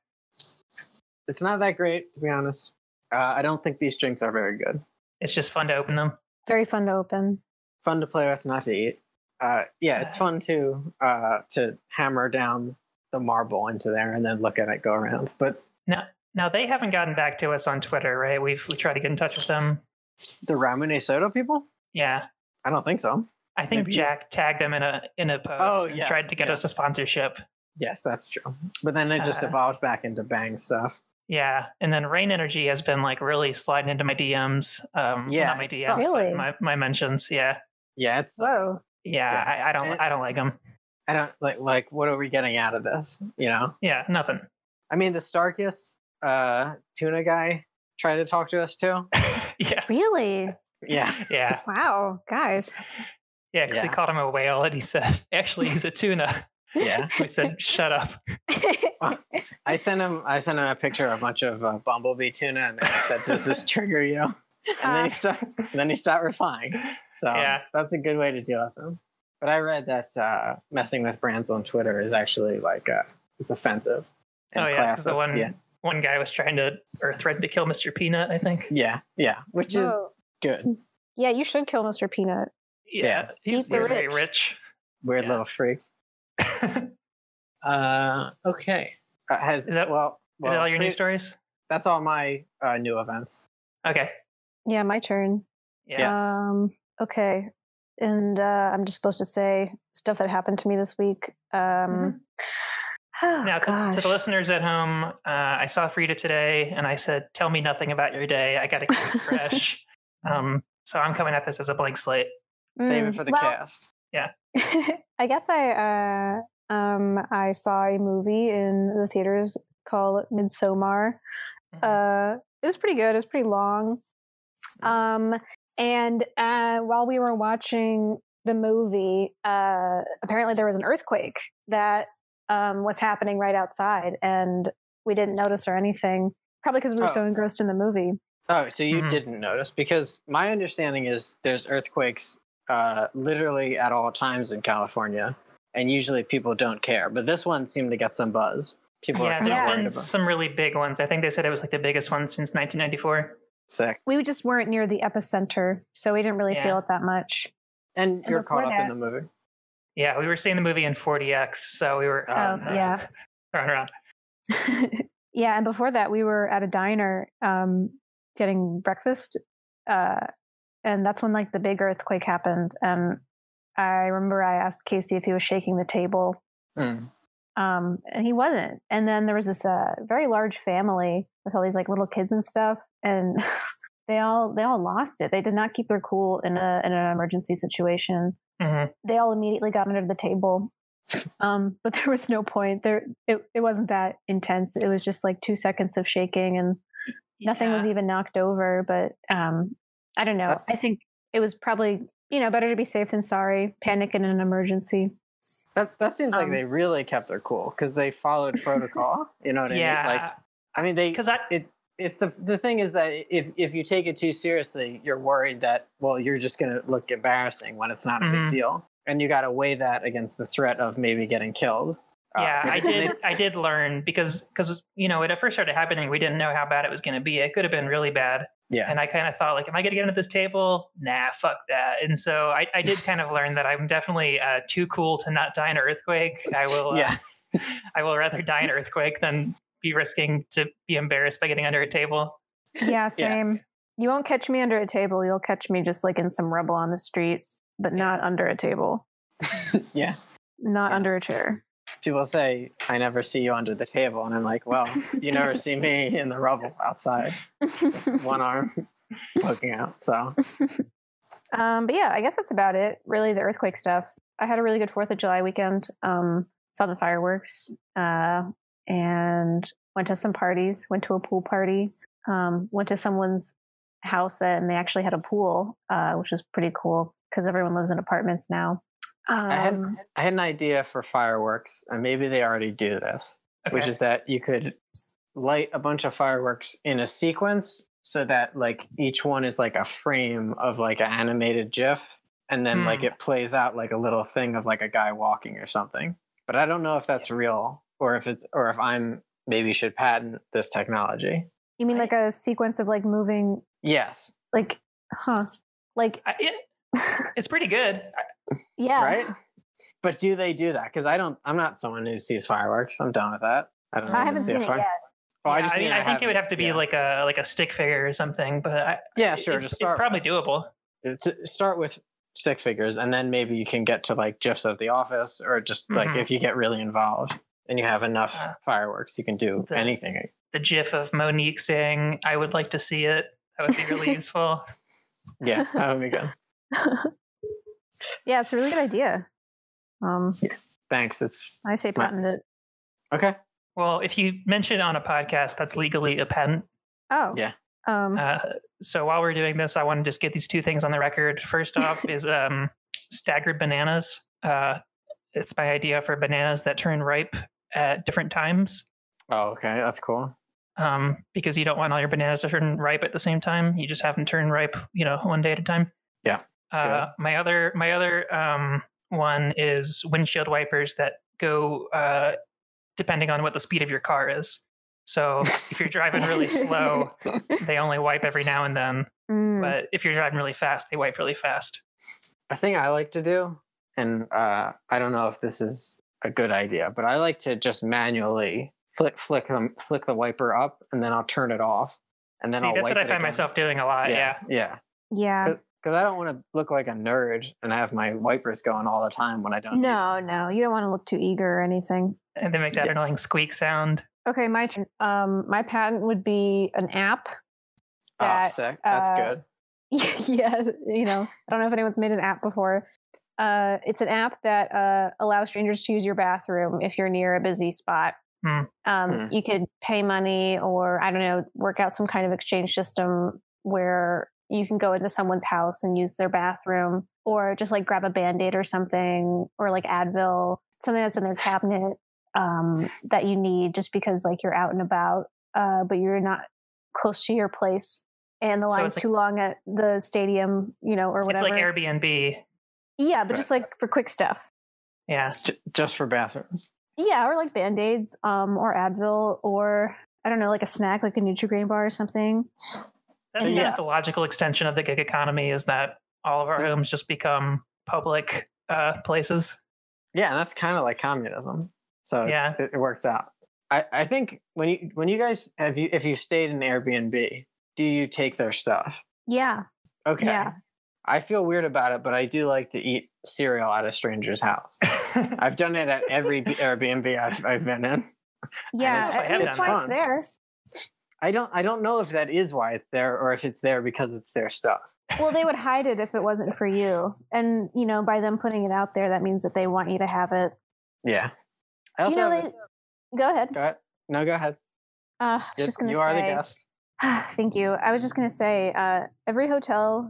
Speaker 1: It's not that great, to be honest. Uh, I don't think these drinks are very good.
Speaker 2: It's just fun to open them.
Speaker 4: Very fun to open.
Speaker 1: fun to play with, not to eat. Uh, yeah, it's fun to uh, to hammer down the marble into there and then look at it go around. But
Speaker 2: Now they haven't gotten back to us on Twitter, right? We've we tried to get in touch with them.
Speaker 1: the Ramune Soda people,
Speaker 2: Yeah,
Speaker 1: I don't think so.
Speaker 2: I think
Speaker 1: Maybe-
Speaker 2: Jack tagged them in a in a post.
Speaker 1: Oh,
Speaker 2: and
Speaker 1: yes,
Speaker 2: tried to get
Speaker 1: yes.
Speaker 2: us a sponsorship.
Speaker 1: Yes, that's true. But then it just
Speaker 2: Uh.
Speaker 1: evolved back into bang stuff.
Speaker 2: Yeah, and then Rain Energy has been like really sliding into my DMs. Um,
Speaker 1: Yeah,
Speaker 2: not my
Speaker 1: it
Speaker 2: DMs,
Speaker 1: sucks.
Speaker 2: but
Speaker 4: Really?
Speaker 2: my my mentions. Yeah,
Speaker 1: Yeah, it's
Speaker 4: Whoa.
Speaker 2: yeah.
Speaker 1: Yeah. Eh.
Speaker 2: I, I don't
Speaker 1: And-
Speaker 2: I don't like them.
Speaker 1: I don't like like what are we getting out of this? You know,
Speaker 2: Yeah, nothing.
Speaker 1: I mean the Starkist uh, tuna guy tried to talk to us too.
Speaker 2: yeah,
Speaker 4: Really?
Speaker 1: Uh, Yeah,
Speaker 2: yeah,
Speaker 4: Wow, guys.
Speaker 2: yeah. Because we
Speaker 1: Yeah.
Speaker 2: called him a whale, and he said, "Actually, he's a tuna."
Speaker 1: yeah.
Speaker 2: we said, "Shut up."
Speaker 1: I sent him I sent him a picture of a bunch of uh, bumblebee tuna and I said, "Does this trigger you?"
Speaker 4: Uh,
Speaker 1: and then he stopped. and then he stopped replying. So
Speaker 2: Yeah.
Speaker 1: that's a good way to deal with them. But I read that uh, messing with brands on Twitter is actually like uh, it's offensive.
Speaker 2: oh yeah, 'cause the
Speaker 1: classist.
Speaker 2: one
Speaker 1: yeah,
Speaker 2: one guy was trying to or threatened to kill Mr. Peanut, I think.
Speaker 1: yeah, yeah, which is
Speaker 2: Oh.
Speaker 4: Whoa.
Speaker 1: good.
Speaker 4: Yeah, you should kill Mr. Peanut.
Speaker 1: Yeah.
Speaker 2: he's,
Speaker 4: Eat the
Speaker 2: he's very rich.
Speaker 1: Weird
Speaker 2: Yeah.
Speaker 1: little freak. Uh, okay. Uh, has
Speaker 2: Is that-
Speaker 1: well? well
Speaker 2: Is that all your
Speaker 1: free-
Speaker 2: new stories?
Speaker 1: That's all my uh, new events.
Speaker 2: Okay.
Speaker 4: Yeah, my turn.
Speaker 2: Yeah.
Speaker 3: Uh,
Speaker 1: Yes.
Speaker 4: Um,
Speaker 3: okay. And uh, I'm just supposed to say stuff that happened to me this week. Um,
Speaker 1: Mm-hmm.
Speaker 3: oh,
Speaker 2: now, to, to
Speaker 3: gosh.
Speaker 2: the listeners at home, uh, I saw Frida today and I said, Tell me nothing about your day. I got to keep it fresh. um, so I'm coming at this as a blank slate.
Speaker 1: Save it
Speaker 3: Mm,
Speaker 1: for the
Speaker 3: well,
Speaker 1: cast.
Speaker 3: I guess I uh, um, I saw a movie in the theaters called Midsommar.
Speaker 1: Mm-hmm.
Speaker 3: Uh, it was pretty good. It was pretty long. Um, and uh, while we were watching the movie, uh, apparently there was an earthquake that um, was happening right outside, and we didn't notice or anything. Probably because we were
Speaker 1: Oh.
Speaker 3: so engrossed in the movie.
Speaker 1: Oh, so you
Speaker 2: Mhm.
Speaker 1: didn't notice because my understanding is there's earthquakes uh, literally at all times in California, and usually people don't care. But this one seemed to get some buzz. People are
Speaker 2: yeah,
Speaker 1: kind
Speaker 2: there's
Speaker 1: of worried
Speaker 2: been
Speaker 1: about.
Speaker 2: some really big ones. I think they said it was like the biggest one since 1994.
Speaker 1: Sick.
Speaker 3: We just weren't near the epicenter, so we didn't really
Speaker 2: Yeah.
Speaker 3: feel it that much.
Speaker 1: And, you're
Speaker 3: before
Speaker 1: caught up in
Speaker 3: that-
Speaker 1: the movie.
Speaker 2: Yeah, we were seeing the movie in 40X, so we were um,
Speaker 1: Oh,
Speaker 3: Oh,
Speaker 1: nice.
Speaker 3: yeah.
Speaker 2: running around.
Speaker 3: yeah, and before that, we were at a diner um, getting breakfast, uh, and that's when like the big earthquake happened. And I remember I asked Casey if he was shaking the table,
Speaker 1: Mm.
Speaker 3: um, and he wasn't. And then there was this uh, very large family with all these like little kids and stuff, and they all they all lost it. They did not keep their cool in a in an emergency situation
Speaker 2: Mhm.
Speaker 3: they all immediately got under the table. Um, but there was no point. There, it, it wasn't that intense. It was just like two seconds of shaking, and nothing was
Speaker 2: Yeah.
Speaker 3: even knocked over. But um, I don't know.
Speaker 1: That-
Speaker 3: I think it was probably you know better to be safe than sorry. Panic in an emergency.
Speaker 1: That that seems like
Speaker 3: Um.
Speaker 1: they really kept their cool because they followed protocol. you know what I
Speaker 2: yeah, Uh,
Speaker 1: mean? Like, uh, I mean, they
Speaker 2: because I
Speaker 1: it's it's the the thing is that if if you take it too seriously, you're worried that well, you're just gonna look embarrassing when it's not a
Speaker 2: Mhm.
Speaker 1: big deal, and you got to weigh that against the threat of maybe getting killed. Uh,
Speaker 2: yeah, I
Speaker 1: and they-
Speaker 2: did. I did learn because because you know it at first started happening. We didn't know how bad it was going to be. It could have been really bad.
Speaker 1: Yeah.
Speaker 2: And I kind of thought like, am I going to get into this table? Nah, fuck that. And so I, I did kind of learn that I'm definitely uh, too cool to not die in an earthquake. I will. uh,
Speaker 1: yeah,
Speaker 2: I will rather die in an earthquake than be risking to be embarrassed by getting under a table.
Speaker 3: Yeah,
Speaker 1: Yeah.
Speaker 3: same. You won't catch me under a table. You'll catch me just like in some rubble on the streets, but not under a table,
Speaker 1: yeah.
Speaker 3: not
Speaker 1: Yeah.
Speaker 3: under a chair.
Speaker 1: People say I never see you under the table, and I'm like, well, you never see me in the rubble outside, one arm poking out. So
Speaker 3: Um, but yeah, I guess that's about it. Really, the earthquake stuff. I had a really good Fourth of July weekend. Um, saw the fireworks uh, and went to some parties. Went to a pool party. Um, went to someone's house that, and they actually had a pool, uh, which was pretty cool because everyone lives in apartments now. Um,
Speaker 1: I had I had an idea for fireworks, and maybe they already do this.
Speaker 2: Okay.
Speaker 1: which is that you could light a bunch of fireworks in a sequence so that like each one is like a frame of like an animated gif and then like
Speaker 2: Hmm.
Speaker 1: it plays out like a little thing of like a guy walking or something but i don't know if that's real or if it's or if i'm maybe should patent this technology
Speaker 3: you mean like a sequence of like moving,
Speaker 1: yes
Speaker 3: like, huh? Like,
Speaker 2: I, it, it's pretty good.
Speaker 3: yeah,
Speaker 1: right but do they do that because i don't i'm not someone who sees fireworks i'm done with that i don't know
Speaker 3: I haven't
Speaker 1: see a
Speaker 3: seen it
Speaker 1: fire-
Speaker 3: yet.
Speaker 1: Oh,
Speaker 2: Yeah,
Speaker 1: just
Speaker 2: mean, I, think it would have to be
Speaker 1: yeah.
Speaker 2: like a like a stick figure or something. But I,
Speaker 1: yeah sure
Speaker 2: it's,
Speaker 1: to
Speaker 2: it's
Speaker 1: start
Speaker 2: probably
Speaker 1: with.
Speaker 2: doable.
Speaker 1: to start with stick figures and then maybe you can get to like gifs of the office or just like
Speaker 2: Mhm.
Speaker 1: if you get really involved and you have enough
Speaker 2: Yeah.
Speaker 1: fireworks you can do
Speaker 2: The-
Speaker 1: anything
Speaker 2: the gif of Monique saying, I would like to see it. That would be really useful.
Speaker 1: yeah that would be good
Speaker 3: yeah, it's a really good idea. Um,
Speaker 1: thanks it's
Speaker 3: I say
Speaker 1: My-
Speaker 3: patent it.
Speaker 1: okay
Speaker 2: Well, if you mention it on a podcast, that's legally a patent.
Speaker 3: Oh,
Speaker 1: Yeah. Mm-hmm.
Speaker 3: Um,
Speaker 2: Uh, so while we're doing this, I want to just get these two things on the record. First off is um, staggered bananas. Uh, it's my idea for bananas that turn ripe at different times
Speaker 1: oh okay that's cool
Speaker 2: um, because you don't want all your bananas to turn ripe at the same time. You just have them turn ripe, you know, one day at a time.
Speaker 1: Yeah.
Speaker 2: Uh, my other my other um, one is windshield wipers that go uh, depending on what the speed of your car is. So if you're driving really slow, they only wipe every now and then.
Speaker 3: mm.
Speaker 2: But if you're driving really fast, they wipe really fast.
Speaker 1: a thing i like to do and uh, i don't know if this is a good idea but i like to just manually flick flick them flick the wiper up and then i'll turn it off and then
Speaker 2: See,
Speaker 1: I'll
Speaker 2: that's
Speaker 1: wipe
Speaker 2: what I
Speaker 1: it
Speaker 2: find
Speaker 1: again.
Speaker 2: myself doing a lot. Yeah.
Speaker 1: yeah
Speaker 3: yeah.
Speaker 1: But- Because I don't want to look like a nerd and have my wipers going all the time when I don't. need
Speaker 3: No, no, you don't want to look too eager or anything.
Speaker 2: And then make that
Speaker 1: Yeah.
Speaker 2: annoying squeak sound.
Speaker 3: Okay, my turn. Um, my patent would be an app.
Speaker 1: them.
Speaker 3: that,
Speaker 1: oh, sick. That's
Speaker 3: uh,
Speaker 1: good.
Speaker 3: yeah, you know, I don't know if anyone's made an app before. Uh, it's an app that uh, allows strangers to use your bathroom if you're near a busy spot.
Speaker 2: Hmm.
Speaker 3: Um,
Speaker 1: Hmm.
Speaker 3: You could pay money or, I don't know, work out some kind of exchange system where you can go into someone's house and use their bathroom or just like grab a band aid or something or like Advil, something that's in their cabinet um, that you need just because like you're out and about, uh, but you're not close to your place and the
Speaker 2: So
Speaker 3: line's
Speaker 2: it's like-
Speaker 3: too long at the stadium, you know, or
Speaker 2: It's
Speaker 3: whatever.
Speaker 2: like Airbnb.
Speaker 3: yeah, but
Speaker 1: Right.
Speaker 3: just like for quick stuff.
Speaker 2: Yeah.
Speaker 1: J- just for bathrooms.
Speaker 3: Yeah, or like band aids, um, or Advil, or I don't know, like a snack, like a Nutri-Grain bar or something.
Speaker 2: That's kind
Speaker 1: Yeah.
Speaker 2: of the logical extension of the gig economy is that all of our
Speaker 1: Mm.
Speaker 2: homes just become public uh, places.
Speaker 1: Yeah, and that's kind of like communism. So it's,
Speaker 2: Yeah.
Speaker 1: it, it works out. I, I think when you when you guys have you if you stayed in Airbnb, do you take their stuff?
Speaker 3: Yeah,
Speaker 1: Okay.
Speaker 3: Yeah.
Speaker 1: I feel weird about it, but I do like to eat cereal at a stranger's house. I've done it at every B- Airbnb I've, I've been in.
Speaker 3: yeah,
Speaker 1: it's
Speaker 3: I
Speaker 2: fun.
Speaker 3: mean,
Speaker 2: Yeah,
Speaker 3: it's
Speaker 2: that's
Speaker 3: why it's
Speaker 1: fun.
Speaker 3: there.
Speaker 1: I don't I don't know if that is why it's there or if it's there because it's their stuff.
Speaker 3: Well, they would hide it if it wasn't for you, and you know, by them putting it out there, that means that they want you to have it.
Speaker 1: Yeah. I
Speaker 3: you
Speaker 1: also
Speaker 3: know,
Speaker 1: have a-
Speaker 3: they, go ahead.
Speaker 1: go ahead. No, go ahead.
Speaker 3: Uh, I was
Speaker 1: You,
Speaker 3: just gonna
Speaker 1: you are the
Speaker 3: say-
Speaker 1: guest.
Speaker 3: Thank you. I was just going to say uh, every hotel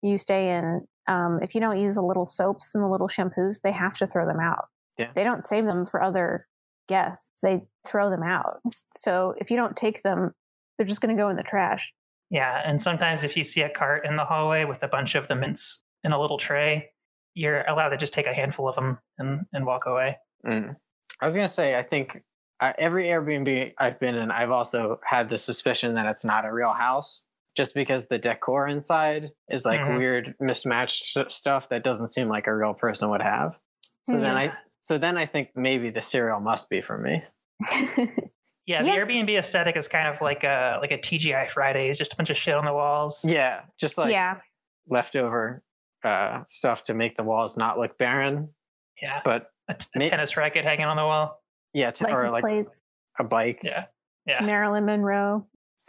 Speaker 3: you stay in, um, if you don't use the little soaps and the little shampoos, they have to throw them out.
Speaker 1: Yeah.
Speaker 3: They don't save them for other guests, they throw them out. So if you don't take them, they're just going to go in the trash.
Speaker 2: yeah. And sometimes if you see a cart in the hallway with a bunch of the mints in a little tray, you're allowed to just take a handful of them and, and walk away.
Speaker 1: Mm. I was gonna say, I think uh, every Airbnb I've been in, I've also had the suspicion that it's not a real house, just because the decor inside is like
Speaker 2: Mhm.
Speaker 1: weird, mismatched s- stuff that doesn't seem like a real person would have. So then
Speaker 3: Hmm.
Speaker 1: I, so then I think maybe the cereal must be for me.
Speaker 2: Yeah,
Speaker 3: Yeah.
Speaker 2: the Airbnb aesthetic is kind of like a like a TGI Friday. It's just a bunch of shit on the walls.
Speaker 1: Yeah, just like
Speaker 3: yeah.
Speaker 1: leftover uh, stuff to make the walls not look barren,
Speaker 2: Yeah,
Speaker 1: but
Speaker 2: a, t- a
Speaker 1: Ma-
Speaker 2: tennis racket hanging on the wall.
Speaker 1: yeah, t- or
Speaker 3: License
Speaker 1: like
Speaker 3: plates,
Speaker 1: a bike.
Speaker 2: Yeah. Yeah.
Speaker 3: Marilyn Monroe.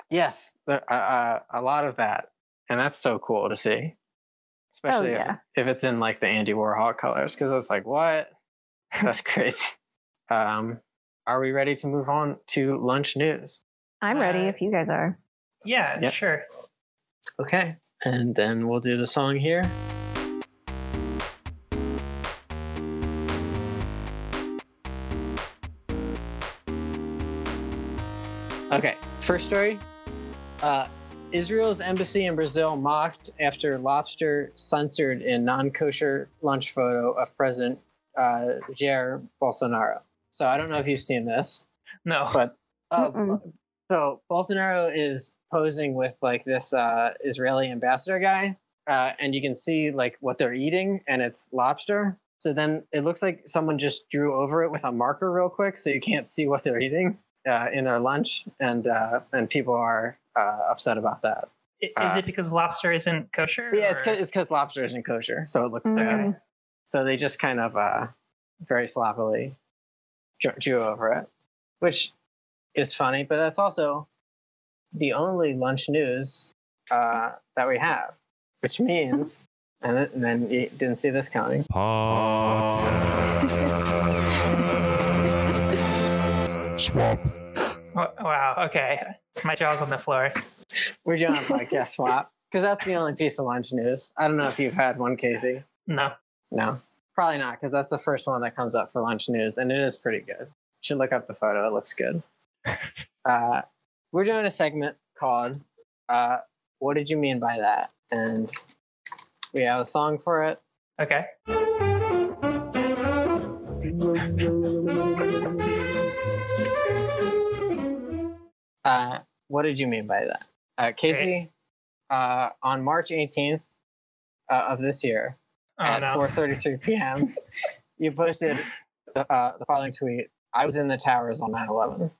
Speaker 1: Yes, there, uh, uh, a lot of that, and that's so cool to see, especially
Speaker 3: yeah.
Speaker 1: if, if it's in like the Andy Warhol colors, because it's like what? That's crazy. um, are we ready to move on to lunch news?
Speaker 3: I'm ready
Speaker 2: Uh,
Speaker 3: if you guys are.
Speaker 2: Yeah,
Speaker 1: Yep.
Speaker 2: sure.
Speaker 1: Okay, and then we'll do the song here. Okay, first story. Uh, Israel's embassy in Brazil mocked after lobster censored in non kosher lunch photo of President uh, Jair Bolsonaro. So I don't know if you've seen this.
Speaker 2: No.
Speaker 1: But oh,
Speaker 3: Mm-mm.
Speaker 1: bu- so Bolsonaro is posing with like this uh, Israeli ambassador guy, uh, and you can see like what they're eating, and it's lobster. So then it looks like someone just drew over it with a marker real quick, so you can't see what they're eating uh, in their lunch, and uh, and people are uh, upset about that.
Speaker 2: I- is
Speaker 1: uh,
Speaker 2: it because lobster isn't kosher?
Speaker 1: Yeah, it's
Speaker 2: or-
Speaker 1: 'cause- it's because lobster isn't kosher, so it looks bad.
Speaker 3: Mm.
Speaker 1: So they just kind of uh, very sloppily dr- drew over it, which is funny, but that's also the only lunch news uh, that we have, which means, and, th- and then you didn't see this coming.
Speaker 5: Swap.
Speaker 2: Wa- Wow. Okay. My jaw's on the floor.
Speaker 1: We're doing a podcast swap because that's the only piece of lunch news. I don't know if you've had one, Casey.
Speaker 2: No.
Speaker 1: No, probably not, because that's the first one that comes up for lunch news, and it is pretty good. Should look up the photo; it looks good. uh, we're doing a segment called uh, "What Did You Mean by That?" and we have a song for it.
Speaker 2: Okay.
Speaker 1: Uh, what did you mean by that, uh, Casey? Uh, on March eighteenth uh, of this year,
Speaker 2: Oh
Speaker 1: at
Speaker 2: no.
Speaker 1: 4:33 p.m. you posted the, uh, the following tweet: "I was in the towers on 9/11."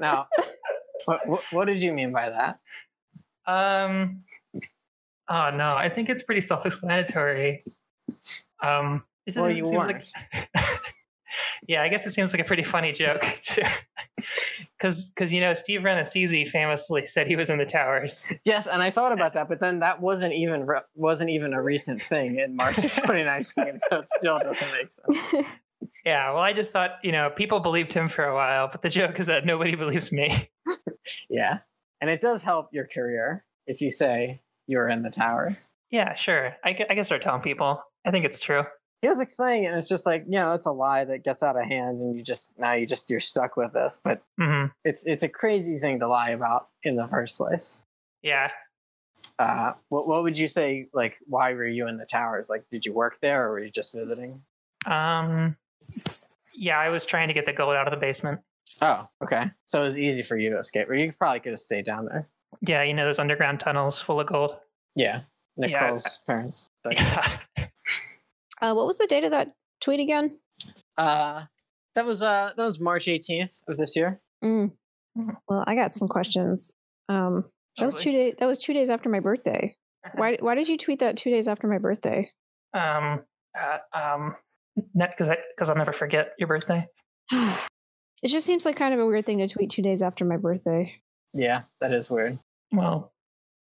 Speaker 1: Now, what, what, what did you mean by that?
Speaker 2: Um. Oh no, I think it's pretty self-explanatory. Um, it
Speaker 1: Well,
Speaker 2: doesn't
Speaker 1: you
Speaker 2: seem like.
Speaker 1: weren't.
Speaker 2: yeah, I guess it seems like a pretty funny joke too, because because you know Steve Renassisi famously said he was in the towers.
Speaker 1: Yes, and I thought about that, but then that wasn't even re- wasn't even a recent thing in March of 2019, so it still doesn't make sense.
Speaker 2: Yeah, well, I just thought you know people believed him for a while, but the joke is that nobody believes me.
Speaker 1: Yeah, and it does help your career if you say you're in the towers.
Speaker 2: Yeah, sure, I can, I can start telling people. I think it's true.
Speaker 1: He was explaining it, and it's just like, you know, it's a lie that gets out of hand, and you just now you just you're stuck with this. But
Speaker 2: hmm
Speaker 1: it's it's a crazy thing to lie about in the first place.
Speaker 2: Yeah,
Speaker 1: Uh, what what would you say? Like, why were you in the towers? Like, did you work there, or were you just visiting?
Speaker 2: um, yeah, I was trying to get the gold out of the basement.
Speaker 1: Oh, okay. So it was easy for you to escape, or you probably could have stayed down there.
Speaker 2: Yeah, you know those underground tunnels full of gold.
Speaker 1: Yeah,
Speaker 2: Yeah.
Speaker 1: Nicole's parents. But,
Speaker 2: Yeah.
Speaker 4: Uh, what was the date of that tweet again?
Speaker 1: uh, that was uh, that was March 18th of this year.
Speaker 4: Mm. Well, I got some questions. Um, that was two days. That was two days after my birthday. Why? Why did you tweet that two days after my birthday?
Speaker 2: Um, uh, um, because because I'll never forget your birthday.
Speaker 4: it just seems like kind of a weird thing to tweet two days after my birthday.
Speaker 1: Yeah, that is weird.
Speaker 2: Well,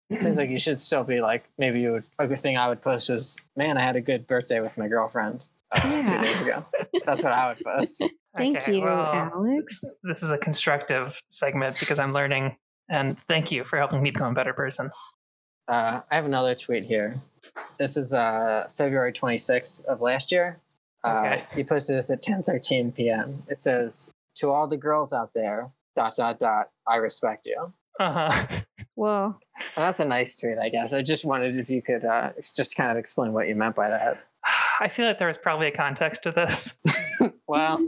Speaker 1: It seems like you should still be like maybe you would. A good thing I would post was, "Man, I had a good birthday with my girlfriend uh,
Speaker 4: Yeah.
Speaker 1: two days ago." That's what I would post.
Speaker 4: Thank
Speaker 2: okay,
Speaker 4: you,
Speaker 2: well,
Speaker 4: Alex.
Speaker 2: This is a constructive segment because I'm learning, and thank you for helping me become a better person.
Speaker 1: Uh, I have another tweet here. This is uh, February 26th of last year. Uh,
Speaker 2: Okay.
Speaker 1: you posted this at 10:13 p.m. It says, "To all the girls out there, dot dot dot, I respect you."
Speaker 2: Uh
Speaker 4: Uh-huh.
Speaker 2: huh.
Speaker 4: Well,
Speaker 1: Well, that's a nice tweet, I guess. I just wondered if you could uh, ex- just kind of explain what you meant by that.
Speaker 2: I feel like there was probably a context to this.
Speaker 1: Well,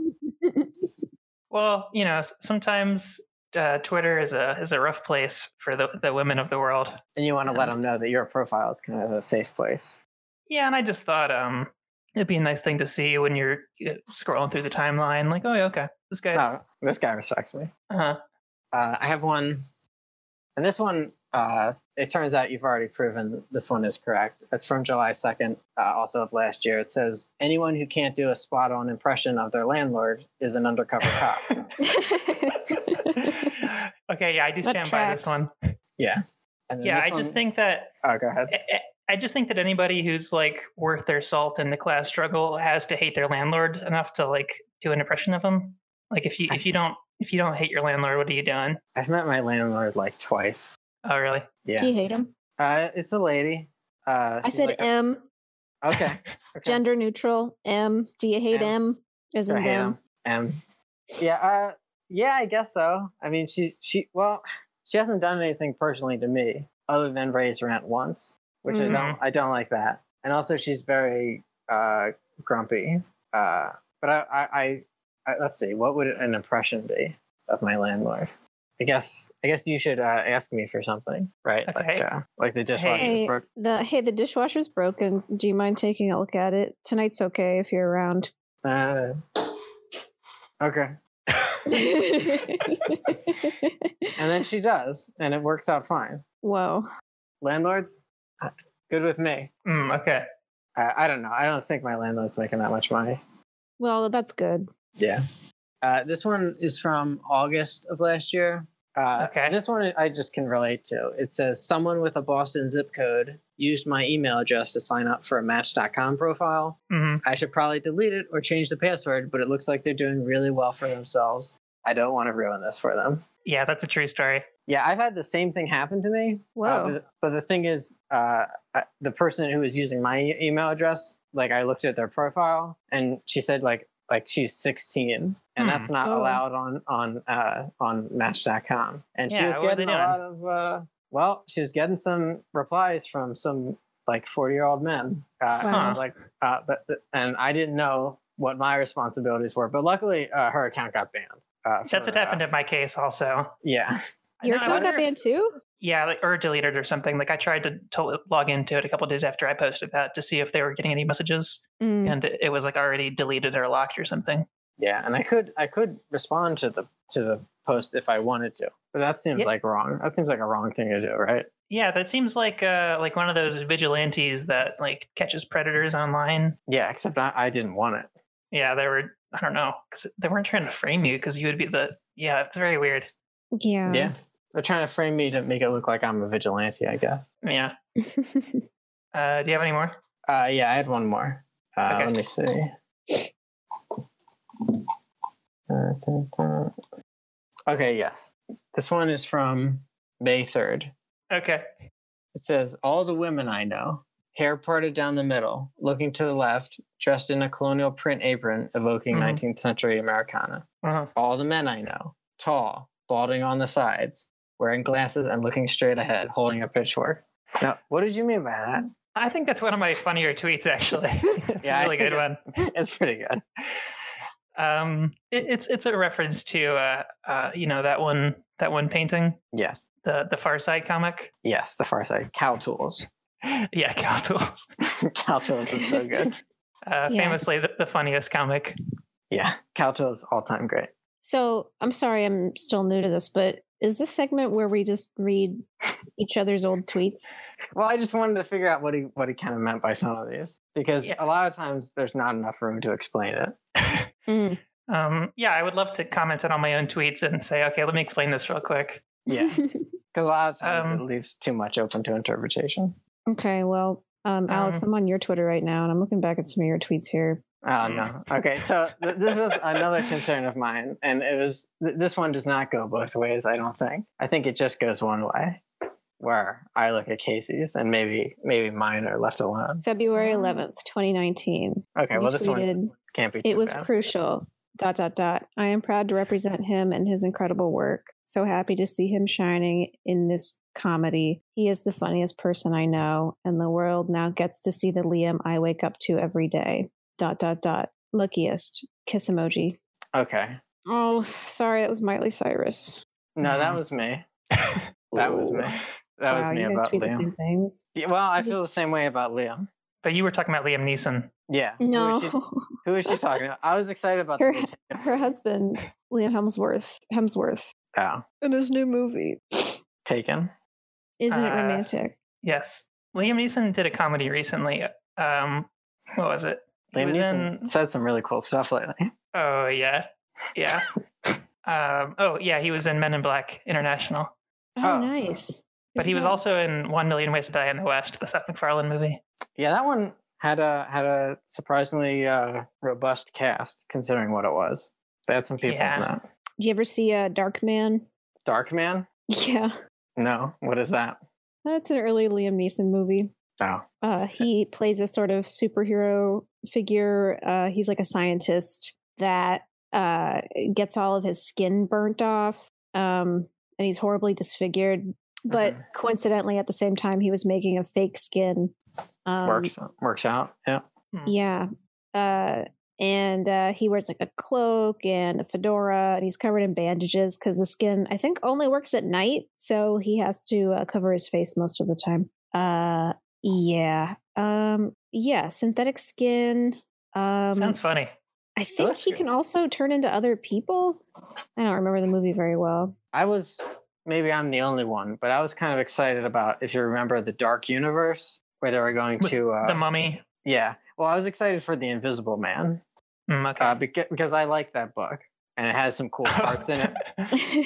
Speaker 2: Well, you know, s- sometimes uh, Twitter is a is a rough place for the the women of the world.
Speaker 1: and you want to let them know that your profile is kind of a safe place.
Speaker 2: Yeah, and I just thought um it'd be a nice thing to see when you're uh, scrolling through the timeline, like, oh yeah, okay, this guy.
Speaker 1: No, Oh, this guy respects me.
Speaker 2: Uh-huh.
Speaker 1: Uh, I have one, and this one, uh, it turns out you've already proven this one is correct. It's from July 2nd, uh, also of last year. It says, Anyone who can't do a spot on impression of their landlord is an undercover cop.
Speaker 2: okay, yeah, I do
Speaker 4: That
Speaker 2: stand by this
Speaker 4: tracks.
Speaker 2: one.
Speaker 1: And then
Speaker 2: Yeah,
Speaker 1: this
Speaker 2: I just
Speaker 1: one-
Speaker 2: think that
Speaker 1: Oh, go ahead.
Speaker 2: I- I- I just think that anybody who's like worth their salt in the class struggle has to hate their landlord enough to like do an impression of them. Like if you if you don't if you don't hate your landlord, what are you doing?
Speaker 1: I've met my landlord like twice.
Speaker 2: Oh, really?
Speaker 4: do
Speaker 1: Yeah.
Speaker 4: you hate him?
Speaker 1: Uh, it's a lady. Uh,
Speaker 4: I
Speaker 1: she's
Speaker 4: said
Speaker 1: like a-
Speaker 4: M,
Speaker 1: Okay. okay.
Speaker 4: gender neutral. M. Do you hate M? As
Speaker 1: So
Speaker 4: in
Speaker 1: I hate
Speaker 4: them.
Speaker 1: him. Um, yeah, uh, yeah, I guess so. I mean, she she well, she hasn't done anything personally to me other than raise rent once, which
Speaker 4: Mhm.
Speaker 1: I don't
Speaker 2: Mm-hmm.
Speaker 1: I don't like that. And also, she's very uh, grumpy. Uh, but I, I, I, I let's see, what would an impression be of my landlord? I guess I guess you should uh, ask me for something, right?
Speaker 2: Okay.
Speaker 1: Like, uh, like the dishwasher
Speaker 2: Hey.
Speaker 1: broke.
Speaker 4: The hey, the dishwasher's broken. Do you mind taking a look at it tonight's? Okay, if you're around.
Speaker 1: Uh, okay. And then she does, and it works out fine.
Speaker 4: Whoa.
Speaker 1: landlords uh, good with me
Speaker 2: Mm, okay.
Speaker 1: I, I don't know i don't think my landlord's making that much money
Speaker 4: Well, that's good.
Speaker 1: yeah uh, this one is from august of last year uh,
Speaker 2: Okay.
Speaker 1: this one i just can relate to it says someone with a boston zip code used my email address to sign up for a match.com profile
Speaker 2: hmm
Speaker 1: i should probably delete it or change the password but it looks like they're doing really well for themselves i don't want to ruin this for them
Speaker 2: Yeah, that's a true story.
Speaker 1: yeah i've had the same thing happen to me
Speaker 4: Whoa.
Speaker 1: Uh, but, but the thing is, uh, I- the person who was using my e- email address, like I looked at their profile, and she said like like she's 16, and
Speaker 2: Hmm.
Speaker 1: that's not
Speaker 4: Oh.
Speaker 1: allowed on on uh, on Match.com. And she
Speaker 2: Yeah,
Speaker 1: was
Speaker 2: what are they
Speaker 1: getting a lot of uh, well, she was getting some replies from some like 40 year old men. Uh, and I
Speaker 2: Wow.
Speaker 1: was like, uh, but th- and I didn't know what my responsibilities were, but luckily uh, her account got banned. Uh,
Speaker 2: That's what
Speaker 1: for, uh,
Speaker 2: happened in my case also.
Speaker 1: yeah,
Speaker 4: Your
Speaker 2: And I
Speaker 4: account got
Speaker 2: wonder if-
Speaker 4: banned too?
Speaker 2: Yeah, like, or deleted or something. Like I tried to, to log into it a couple days after I posted that to see if they were getting any messages,
Speaker 4: Mm.
Speaker 2: and it was like already deleted or locked or something.
Speaker 1: Yeah, and I could I could respond to the to the post if I wanted to, but that seems
Speaker 2: Yeah.
Speaker 1: like wrong. That seems like a wrong thing to do, right?
Speaker 2: Yeah, that seems like uh, like one of those vigilantes that like catches predators online.
Speaker 1: Yeah, except I, I didn't want it.
Speaker 2: Yeah, they were. I don't know because they weren't trying to frame you because you would be the. Yeah, it's very weird.
Speaker 3: Yeah.
Speaker 1: yeah, they're trying to frame me to make it look like I'm a vigilante, I guess.
Speaker 2: Yeah. Uh, do you have any more?
Speaker 1: Uh, yeah, I had one more. Uh,
Speaker 2: Okay.
Speaker 1: Let me see. Uh, dun, dun. Okay, yes. This one is from May 3rd.
Speaker 2: Okay.
Speaker 1: It says All the women I know, hair parted down the middle, looking to the left, dressed in a colonial print apron evoking
Speaker 2: Mhm.
Speaker 1: 19th century Americana.
Speaker 2: Uh-huh.
Speaker 1: All the men I know, tall, balding on the sides, wearing glasses and looking straight ahead, holding a pitchfork. Now, what did you mean by that?
Speaker 2: I think that's one of my funnier tweets. Actually, it's
Speaker 1: Yeah, I
Speaker 2: a really
Speaker 1: think
Speaker 2: good one.
Speaker 1: It's pretty good.
Speaker 2: Um, it, it's it's a reference to uh, uh, you know that one that one painting,
Speaker 1: Yes.
Speaker 2: the the Far Side comic.
Speaker 1: Yes, the far side. Cow tools.
Speaker 2: yeah, Cal Tools.
Speaker 1: cow tools is so good.
Speaker 2: Uh, Famously, the, the funniest comic.
Speaker 1: Yeah. Cow tools all time great.
Speaker 3: So I'm sorry, I'm still new to this, but is this segment where we just read each other's old tweets?
Speaker 1: Well, I just wanted to figure out what he what he kind of meant by some of these. Because
Speaker 2: Yeah.
Speaker 1: a lot of times there's not enough room to explain it.
Speaker 3: Mm.
Speaker 2: Um, yeah, I would love to comment it on my own tweets and say, okay, let me explain this real quick.
Speaker 1: Yeah. Because a lot of times
Speaker 2: Um,
Speaker 1: it leaves too much open to interpretation.
Speaker 3: okay. Well, um, Alex,
Speaker 2: Um,
Speaker 3: I'm on your Twitter right now, and I'm looking back at some of your tweets here.
Speaker 1: Oh no. Okay, so th- this was another concern of mine, and it was th- this one does not go both ways. I don't think. I think it just goes one way, where I look at Casey's and maybe maybe mine are left alone.
Speaker 3: February
Speaker 2: Mm.
Speaker 3: 11th, 2019.
Speaker 1: Oh. Okay,
Speaker 3: You
Speaker 1: well this one
Speaker 3: tweeted,
Speaker 1: can't be. Too
Speaker 3: It was
Speaker 1: bad.
Speaker 3: crucial. Dot dot dot. I am proud to represent him and his incredible work. So happy to see him shining in this comedy. He is the funniest person I know, and the world now gets to see the Liam I wake up to every day. Dot dot dot. Luckiest kiss emoji.
Speaker 1: Okay.
Speaker 3: Oh, sorry, that was Miley Cyrus.
Speaker 1: No, that
Speaker 2: Mhm.
Speaker 1: was me. That was me. That was
Speaker 3: um, Wow,
Speaker 1: me
Speaker 3: you guys
Speaker 1: about
Speaker 3: tweet the same
Speaker 1: Liam.
Speaker 3: things.
Speaker 1: Yeah, well, I feel the same way about Liam.
Speaker 2: But you were talking about Liam Neeson.
Speaker 1: Yeah. who is
Speaker 3: No,
Speaker 1: she- Who is she talking about? I was excited about
Speaker 3: Her-
Speaker 1: the new Taylor.
Speaker 3: her husband Liam Hemsworth. Hemsworth
Speaker 1: Oh,
Speaker 3: in his new movie.
Speaker 1: taken.
Speaker 3: Isn't it
Speaker 2: Uh,
Speaker 3: romantic?
Speaker 2: Yes, Liam Neeson did a comedy recently. Um, what was it? He
Speaker 1: Liam
Speaker 2: was
Speaker 1: Neeson
Speaker 2: in-
Speaker 1: said some really cool stuff lately.
Speaker 2: Oh yeah, yeah. um, oh yeah, he was in Men in Black International,
Speaker 3: Oh,
Speaker 1: oh.
Speaker 3: nice. Good
Speaker 2: but
Speaker 3: for
Speaker 2: he was
Speaker 3: him.
Speaker 2: also in One Million Ways to Die in the West, the Seth MacFarlane movie.
Speaker 1: Yeah, that one had a had a surprisingly uh, robust cast considering what it was. They had some people in
Speaker 2: Yeah.
Speaker 1: that.
Speaker 3: Do you ever see uh, Dark Man?
Speaker 1: Dark Man?
Speaker 3: Yeah,
Speaker 1: No. What is that?
Speaker 3: that's an early Liam Neeson movie.
Speaker 1: Oh.
Speaker 3: Uh, he plays a sort of superhero figure. Uh, he's like a scientist that uh, gets all of his skin burnt off, um, and he's horribly disfigured. But
Speaker 1: Mhm.
Speaker 3: coincidentally, at the same time, he was making a fake skin. Um,
Speaker 1: works works out. Yeah.
Speaker 3: Yeah. Uh, and uh, he wears like a cloak and a fedora, and he's covered in bandages because the skin, I think, only works at night. So he has to uh, cover his face most of the time. Uh, yeah. Um, yeah. Synthetic skin. Um,
Speaker 2: Sounds funny.
Speaker 3: I think
Speaker 1: looks
Speaker 3: he
Speaker 1: good.
Speaker 3: can also turn into other people. I don't remember the movie very well.
Speaker 1: I was maybe I'm the only one, but I was kind of excited about if you remember the Dark Universe where they were going
Speaker 2: With
Speaker 1: to uh,
Speaker 2: the Mummy.
Speaker 1: yeah. Well, I was excited for the Invisible Man
Speaker 2: Mm, okay.
Speaker 1: uh, beca- because I like that book and it has some cool parts in it.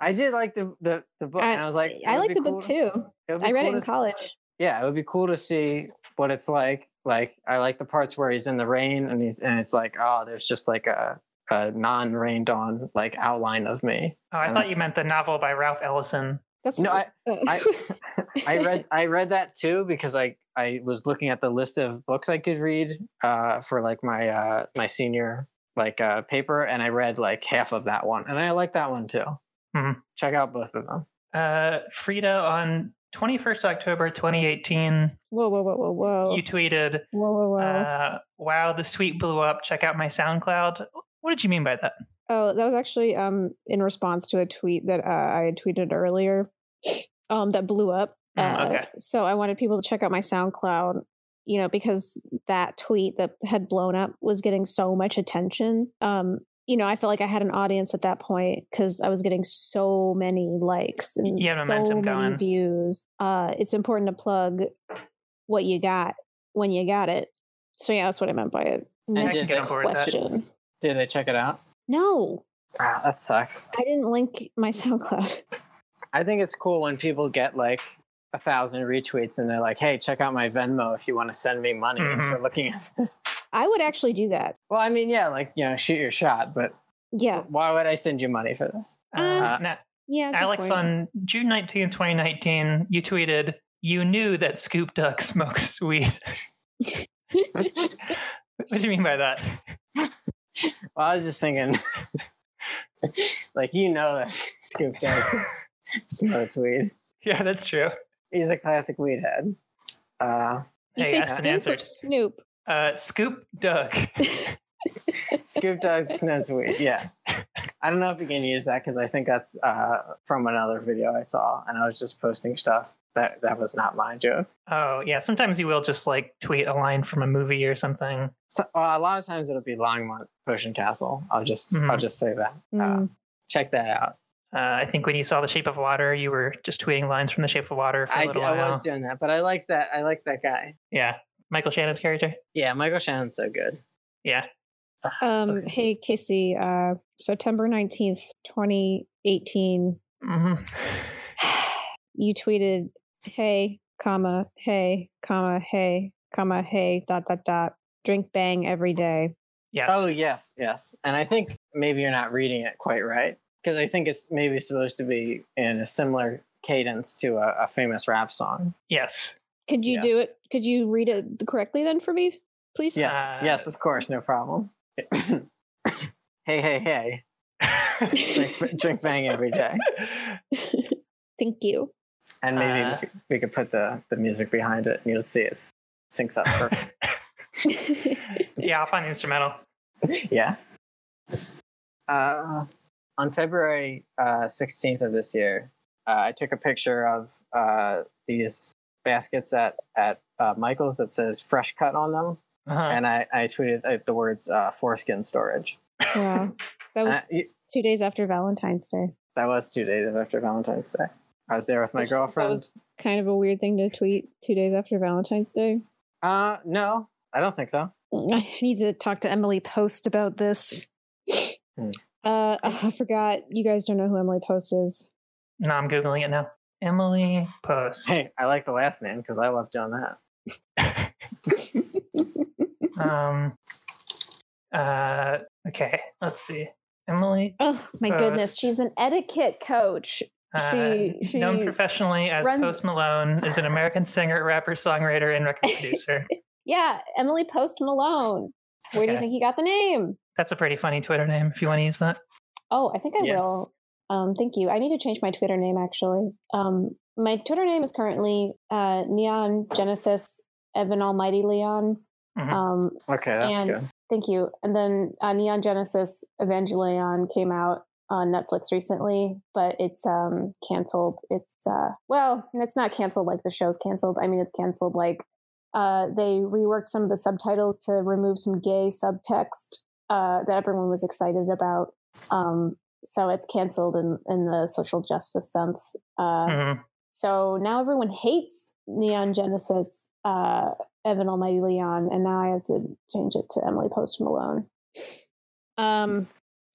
Speaker 1: I did like the the, the book, and I was like,
Speaker 3: I
Speaker 1: "It would
Speaker 3: like
Speaker 1: be
Speaker 3: the
Speaker 1: cool
Speaker 3: book
Speaker 1: to-
Speaker 3: too.
Speaker 1: would be
Speaker 3: I
Speaker 1: cool
Speaker 3: read it
Speaker 1: to
Speaker 3: in
Speaker 1: s-
Speaker 3: college.
Speaker 1: yeah, it would be cool to see what it's like. Like I like the parts where he's in the rain and he's and it's like, oh, there's just like a, a non-rained on like outline of me.
Speaker 2: oh, I thought you meant the novel by Ralph Ellison.
Speaker 3: That's
Speaker 1: No, I I,
Speaker 3: uh,
Speaker 1: I read I read that too because I I was looking at the list of books I could read uh, for like my uh, my senior like uh, paper and I read like half of that one and I like that one too.
Speaker 3: Mm-hmm.
Speaker 2: Mhm.
Speaker 1: Check out both of them.
Speaker 2: Uh, Frida on 21st October 2018,
Speaker 3: whoa, whoa, whoa, whoa,
Speaker 1: Oh.
Speaker 3: whoa,
Speaker 2: you tweeted,
Speaker 3: whoa, whoa, whoa.
Speaker 2: uh, "Wow, the suite blew up. Check out my SoundCloud." What did you mean by that?
Speaker 3: Oh, that was actually um in response to a tweet that uh, I had tweeted earlier, um that blew up.
Speaker 2: Mm,
Speaker 3: Uh,
Speaker 2: okay.
Speaker 3: So I wanted people to check out my SoundCloud, you know, because that tweet that had blown up was getting so much attention. Um, you know, I felt like I had an audience at that point because I was getting so many likes and
Speaker 2: You have
Speaker 3: so
Speaker 2: momentum
Speaker 3: many
Speaker 2: going.
Speaker 3: views. Uh, it's important to plug what you got when you got it. So yeah, that's what I meant by it.
Speaker 1: And
Speaker 2: I
Speaker 3: Next
Speaker 1: did
Speaker 2: can get on board with that.
Speaker 3: question.
Speaker 1: Did they check it out?
Speaker 3: No,
Speaker 1: Wow, that sucks.
Speaker 3: I didn't link my SoundCloud.
Speaker 1: I think it's cool when people get like a thousand retweets and they're like, "Hey, check out my Venmo if you want to send me money
Speaker 2: Mhm.
Speaker 1: for looking at this."
Speaker 3: I would actually do that.
Speaker 1: Well, I mean, yeah, like you know, shoot your shot, but
Speaker 3: Yeah,
Speaker 1: why would I send you money for this?
Speaker 3: Um,
Speaker 2: Uh,
Speaker 1: Uh,
Speaker 2: now,
Speaker 3: yeah. good
Speaker 2: Alex,
Speaker 3: point.
Speaker 2: on June 19th, 2019, you tweeted, You knew that Scoop Duck smokes weed. what do you mean by that?
Speaker 1: Well, I was just thinking, like you know, that Scoop Dog smokes weed.
Speaker 2: Yeah, that's true.
Speaker 1: He's a classic weed head. Uh,
Speaker 3: you
Speaker 2: Hey,
Speaker 3: say
Speaker 2: that's an
Speaker 3: Snoop
Speaker 2: answer.
Speaker 3: or Snoop.
Speaker 2: Uh, Scoop Duck.
Speaker 1: Scoop Dog smokes weed. Yeah, I don't know if you can use that because I think that's uh, from another video I saw, and I was just posting stuff that that was not my joke.
Speaker 2: Oh, yeah. Sometimes you will just like tweet a line from a movie or something.
Speaker 1: So, uh, a lot of times it'll be Longmont Potion Castle. I'll just I'll
Speaker 2: Mhm.
Speaker 1: just say that. Uh,
Speaker 3: Mm.
Speaker 1: check that out.
Speaker 2: Uh, I think when you saw The Shape of Water, you were just tweeting lines from The Shape of Water for a
Speaker 1: I,
Speaker 2: little
Speaker 1: d- I
Speaker 2: while.
Speaker 1: was doing that, but I like that. I like that guy.
Speaker 2: yeah. Michael Shannon's character.
Speaker 1: Yeah, Michael Shannon's so good.
Speaker 2: Yeah.
Speaker 3: Um,
Speaker 1: Okay.
Speaker 3: Hey, Casey, uh, September 19th, 2018,
Speaker 2: hmm
Speaker 1: Mm-hmm.
Speaker 3: you tweeted, hey, comma, hey, comma, hey, comma, hey, dot, dot, dot, drink bang every day.
Speaker 2: Yes.
Speaker 1: Oh yes, yes. And I think maybe you're not reading it quite right because I think it's maybe supposed to be in a similar cadence to a, a famous rap song.
Speaker 2: Yes.
Speaker 3: Could you
Speaker 1: Yeah.
Speaker 3: do it? Could you read it correctly then for me, please?
Speaker 1: Yes,
Speaker 2: Uh,
Speaker 1: yes, of course, no problem. hey, hey, hey! Drink, drink bang every day,
Speaker 3: Thank you.
Speaker 1: and maybe we
Speaker 2: Uh.
Speaker 1: could- we could put the the music behind it, and you'll see it syncs up perfect.
Speaker 2: yeah, I'll find the instrumental.
Speaker 1: yeah. Uh, on February uh, sixteenth of this year, uh, I took a picture of uh, these baskets at at uh, Michael's that says "fresh cut" on them,
Speaker 2: Uh-huh.
Speaker 1: and I, I tweeted uh, the words uh, "foreskin storage."
Speaker 3: wow. That was
Speaker 1: Uh, y-
Speaker 3: two days after Valentine's Day.
Speaker 1: that was two days after Valentine's Day. I was there with my
Speaker 3: Which- that
Speaker 1: girlfriend.
Speaker 3: was- Kind of a weird thing to tweet two days after Valentine's Day.
Speaker 1: Uh, no, I don't think so.
Speaker 3: Mm, I need to talk to Emily Post about this.
Speaker 1: Hmm.
Speaker 3: Uh, oh, I forgot. You guys don't know who Emily Post is.
Speaker 2: No, I'm googling it now. Emily Post.
Speaker 1: Hey, I like the last name because I love doing that.
Speaker 2: Um. Uh. Okay. Let's see. Emily.
Speaker 3: oh my goodness,
Speaker 2: Post.
Speaker 3: she's an etiquette coach.
Speaker 2: Uh,
Speaker 3: She- she
Speaker 2: known professionally as
Speaker 3: runs-
Speaker 2: Post Malone, is an American singer, rapper, songwriter, and record producer.
Speaker 3: Yeah, Emily Post Malone. Where do you
Speaker 2: Okay.
Speaker 3: think he got the name?
Speaker 2: That's a pretty funny Twitter name if you want to use that.
Speaker 3: Oh, I think I
Speaker 1: Yeah.
Speaker 3: will. Um, thank you. I need to change my Twitter name actually. Um, my Twitter name is currently uh, Neon Genesis Evan Almighty Leon.
Speaker 2: Mhm.
Speaker 3: Um,
Speaker 1: Okay, that's
Speaker 3: And-
Speaker 1: good.
Speaker 3: Thank you. And then uh, Neon Genesis Evangelion came out on Netflix recently, but it's um canceled. It's uh well, it's not canceled like the show's canceled. I mean, it's canceled like uh they reworked some of the subtitles to remove some gay subtext uh that everyone was excited about. Um so it's canceled in in the social justice sense. Uh
Speaker 2: Mhm.
Speaker 3: so now everyone hates Neon Genesis, uh, Evan Almighty Leon, and now I have to change it to Emily Post Malone. Um,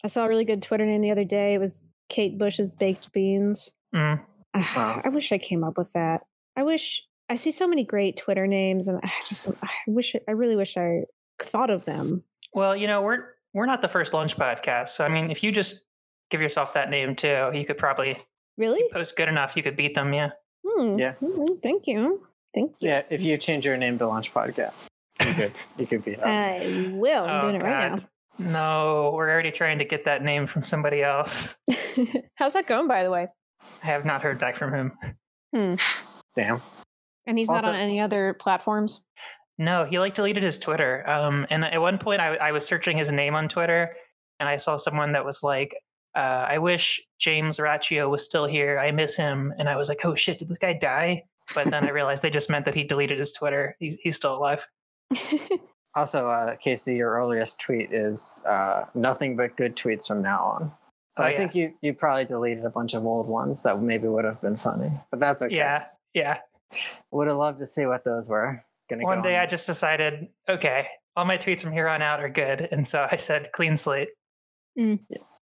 Speaker 3: I saw a really good Twitter name the other day. It was Kate Bush's Baked Beans. Ah,
Speaker 2: Mm.
Speaker 1: Wow.
Speaker 3: I wish I came up with that. I wish I see so many great Twitter names, and I just I wish I really wish I thought of them.
Speaker 2: Well, you know we're we're not the first lunch podcast, so I mean, if you just give yourself that name too, you could probably
Speaker 3: Really?
Speaker 2: post good enough, you could beat them. Yeah.
Speaker 3: Hmm.
Speaker 1: Yeah.
Speaker 3: Mm, Thank you. Thank you.
Speaker 1: Yeah, if you change your name to Launch Podcast, you could you could beat us.
Speaker 3: I will. I'm
Speaker 2: Oh,
Speaker 3: doing it right
Speaker 2: No, we're already trying to get that name from somebody else.
Speaker 3: now. How's that going, by the way?
Speaker 2: I have not heard back from him.
Speaker 1: Damn.
Speaker 3: And he's
Speaker 1: Also-
Speaker 3: not on any other platforms.
Speaker 2: No, he like deleted his Twitter. Um, and at one point, I, I was searching his name on Twitter, and I saw someone that was like, uh, "I wish James Raccio was still here. I miss him." And I was like, "Oh shit, did this guy die?" But then I realized they just meant that he deleted his Twitter. He's, he's still alive.
Speaker 3: Mm.
Speaker 1: Also, uh, Casey, your earliest tweet is uh, nothing but good tweets from now on. So
Speaker 2: Oh,
Speaker 1: I
Speaker 2: yeah.
Speaker 1: think you, you probably deleted a bunch of old ones that maybe would have been funny, but that's okay.
Speaker 2: Yeah, yeah.
Speaker 1: Would have loved to see what those were. Gonna
Speaker 2: One
Speaker 1: go
Speaker 2: day
Speaker 1: on.
Speaker 2: I just decided, okay, all my tweets from here on out are good, and so I said clean slate.
Speaker 1: Yes.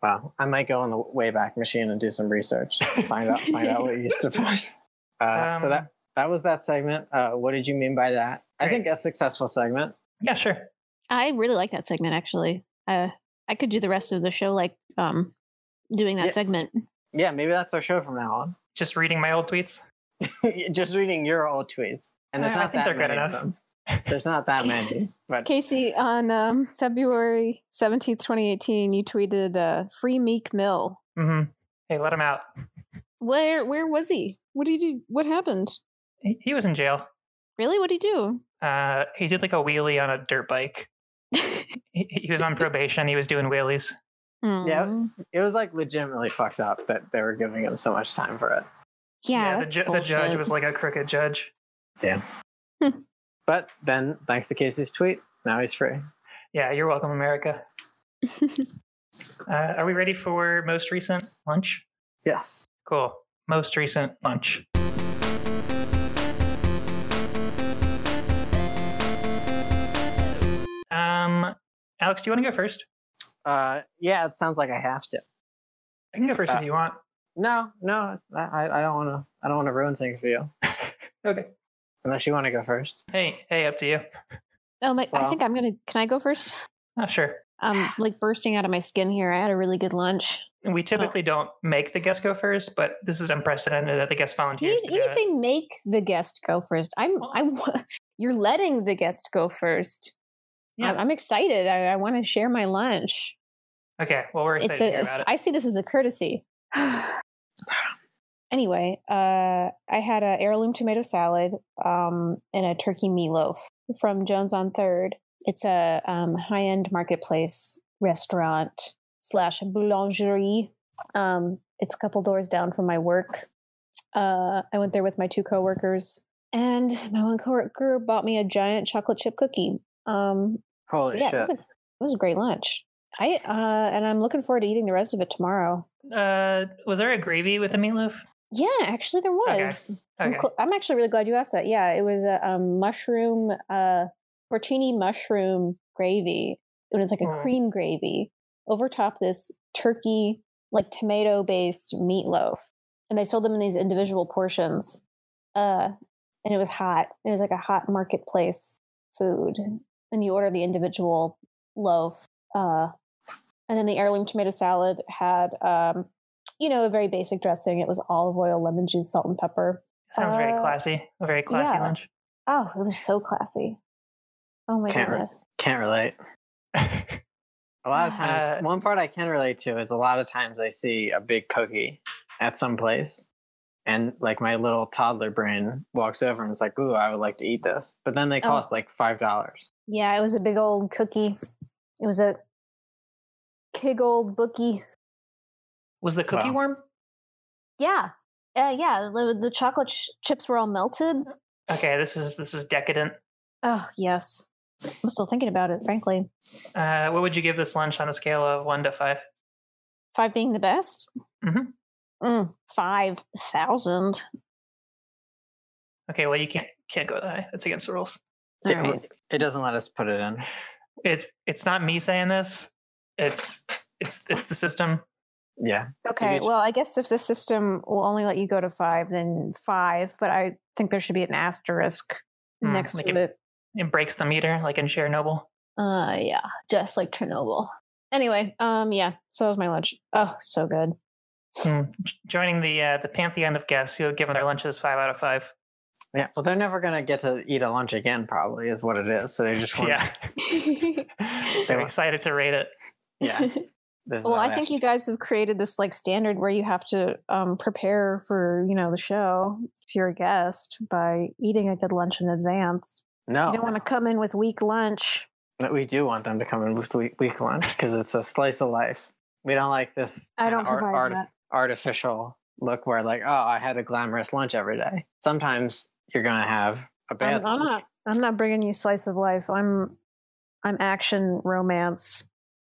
Speaker 1: Wow, I might go on the Wayback Machine and do some research. Find out find out what you used to post. Uh, so
Speaker 2: Um,
Speaker 1: that that was that segment. Uh, what did you mean by that? I
Speaker 2: Great.
Speaker 1: think a successful segment.
Speaker 2: Yeah, sure.
Speaker 3: I really like that segment actually. Uh, I could do the rest of the show like um, doing that
Speaker 1: Yeah.
Speaker 3: segment.
Speaker 1: Yeah, maybe that's our show from now
Speaker 2: Just reading my old tweets.
Speaker 1: on. just reading your old tweets, and there's
Speaker 2: I- I
Speaker 1: not that
Speaker 2: think they're good
Speaker 1: many of
Speaker 2: enough.
Speaker 1: them. There's not that many, but
Speaker 3: Casey, on um, February seventeenth, twenty eighteen, you tweeted uh, "Free Meek Mill."
Speaker 2: hmm Hey, let him out.
Speaker 3: Where where was he? What did he do? What happened?
Speaker 2: He, he was in jail.
Speaker 3: Really? What did he do?
Speaker 2: Uh, he did like a wheelie on a dirt bike. He, he was on probation. He was doing wheelies.
Speaker 1: Yeah.
Speaker 3: Hmm.
Speaker 1: it was like legitimately fucked up that they were giving him so much time for it.
Speaker 3: Yeah.
Speaker 2: the,
Speaker 3: that's
Speaker 2: ju- the judge
Speaker 3: bullshit.
Speaker 2: was like a crooked judge.
Speaker 1: But then, thanks to Casey's tweet, now he's free.
Speaker 2: Yeah, you're welcome, America. Uh, are we ready for most recent lunch?
Speaker 1: Yes.
Speaker 2: Cool. Most recent lunch. Um, Alex, do you want to go first?
Speaker 1: Uh, yeah, it sounds like I have to.
Speaker 2: I can go first
Speaker 1: Uh,
Speaker 2: if you want.
Speaker 1: No, no, I, I I don't want to. I don't want to ruin things for you.
Speaker 2: Okay.
Speaker 1: Unless you want to go first.
Speaker 2: Hey, hey, up to you.
Speaker 3: oh my! I
Speaker 1: Well.
Speaker 3: think I'm gonna. Can I go first?
Speaker 2: Oh, sure.
Speaker 3: I'm like bursting out of my skin here. I had a really good lunch.
Speaker 2: We typically don't make the guest go first, but this is unprecedented that the guest
Speaker 3: When
Speaker 2: volunteers.
Speaker 3: you,
Speaker 2: to
Speaker 3: when
Speaker 2: do
Speaker 3: you
Speaker 2: it.
Speaker 3: say make the guest go first, I'm I. wa- You're letting the guest go first.
Speaker 2: Yeah.
Speaker 3: I'm, I'm excited. I, I want to share my lunch.
Speaker 2: okay, well, we're excited
Speaker 3: It's
Speaker 2: to hear
Speaker 3: a.
Speaker 2: about it.
Speaker 3: I see this as a courtesy. anyway, uh, I had a heirloom tomato salad um, and a turkey meatloaf from Jones on Third. It's a um, high end marketplace restaurant slash boulangerie. Um, it's a couple doors down from my work. Uh, I went there with my two coworkers, and my one coworker bought me a giant chocolate chip cookie. Um, so
Speaker 1: Holy
Speaker 3: yeah, It
Speaker 1: shit!
Speaker 3: was, a, it was a great lunch. I uh, and I'm looking forward to eating the rest of it tomorrow.
Speaker 2: uh, was there a gravy with the meatloaf?
Speaker 3: Yeah, actually, there
Speaker 2: Okay.
Speaker 3: was. some
Speaker 2: Okay.
Speaker 3: cl- I'm actually really glad you asked that. Yeah, it was a um, mushroom, uh, porcini mushroom gravy. It was like a
Speaker 2: Mm.
Speaker 3: cream gravy over top this turkey, like tomato based meatloaf. And they sold them in these individual portions. Uh, and it was hot. It was like a hot marketplace food.
Speaker 1: Mm.
Speaker 3: And you order the individual loaf. Uh, and then the heirloom tomato salad had, um, you know, a very basic dressing. It was olive oil, lemon juice, salt, and pepper.
Speaker 2: Sounds very
Speaker 3: Uh,
Speaker 2: classy. A very classy
Speaker 3: yeah.
Speaker 2: lunch.
Speaker 3: Oh, it was so classy. Oh my
Speaker 1: Can't re-
Speaker 3: goodness.
Speaker 1: Can't relate. A lot of times,
Speaker 2: Uh,
Speaker 1: one part I can relate to is a lot of times I see a big cookie at some place, and like my little toddler brain walks over and is like, "Ooh, I would like to eat this," but then they
Speaker 3: Oh.
Speaker 1: cost like five dollars.
Speaker 3: Yeah, it was a big old cookie. It was a big old bookie.
Speaker 2: was the cookie
Speaker 1: Wow.
Speaker 2: warm?
Speaker 3: Yeah. Uh, yeah, the, the chocolate ch- chips were all melted.
Speaker 2: Okay, this is this is decadent.
Speaker 3: Oh, yes. I'm still thinking about it, frankly.
Speaker 2: Uh, what would you give this lunch on a scale of one to five?
Speaker 3: Five being the best?
Speaker 2: Mhm.
Speaker 3: Mm, 5,000.
Speaker 2: Okay, well you can't can't go that high. That's against the rules.
Speaker 3: All
Speaker 1: It,
Speaker 3: right.
Speaker 1: it doesn't let us put it in.
Speaker 2: It's it's not me saying this. It's it's it's the system.
Speaker 1: Yeah,
Speaker 3: Okay,
Speaker 1: it's-
Speaker 3: well, I guess if the system will only let you go to five, then five, but I think there should be an asterisk
Speaker 2: Mm,
Speaker 3: next
Speaker 2: like
Speaker 3: to
Speaker 2: it-
Speaker 3: it.
Speaker 2: It breaks the meter, like in Chernobyl.
Speaker 3: Uh yeah, just like Chernobyl. Anyway, um yeah, so that was my lunch. Oh, so good.
Speaker 2: Mm. Joining the uh, the pantheon of guests who have given their lunches five out of five.
Speaker 1: yeah. Well, they're never gonna get to eat a lunch again, probably, is what it is. So they just want,
Speaker 2: Yeah, they're
Speaker 1: wa-
Speaker 2: excited to rate it.
Speaker 1: yeah. this is
Speaker 3: well,
Speaker 1: our
Speaker 3: I
Speaker 1: last
Speaker 3: think you guys have created this like standard where you have to um prepare for, you know, the show if you're a guest by eating a good lunch in advance.
Speaker 1: No,
Speaker 3: You don't want to come in with weak lunch.
Speaker 1: But we do want them to come in with week, week lunch because it's a slice of life. We don't like this
Speaker 3: I
Speaker 1: kinda
Speaker 3: don't provide that.
Speaker 1: artificial look where like, oh, I had a glamorous lunch every day. Sometimes you're gonna have a bad
Speaker 4: I'm-
Speaker 3: I'm
Speaker 1: lunch.
Speaker 3: not.
Speaker 4: I'm not bringing you slice of life. I'm I'm action romance.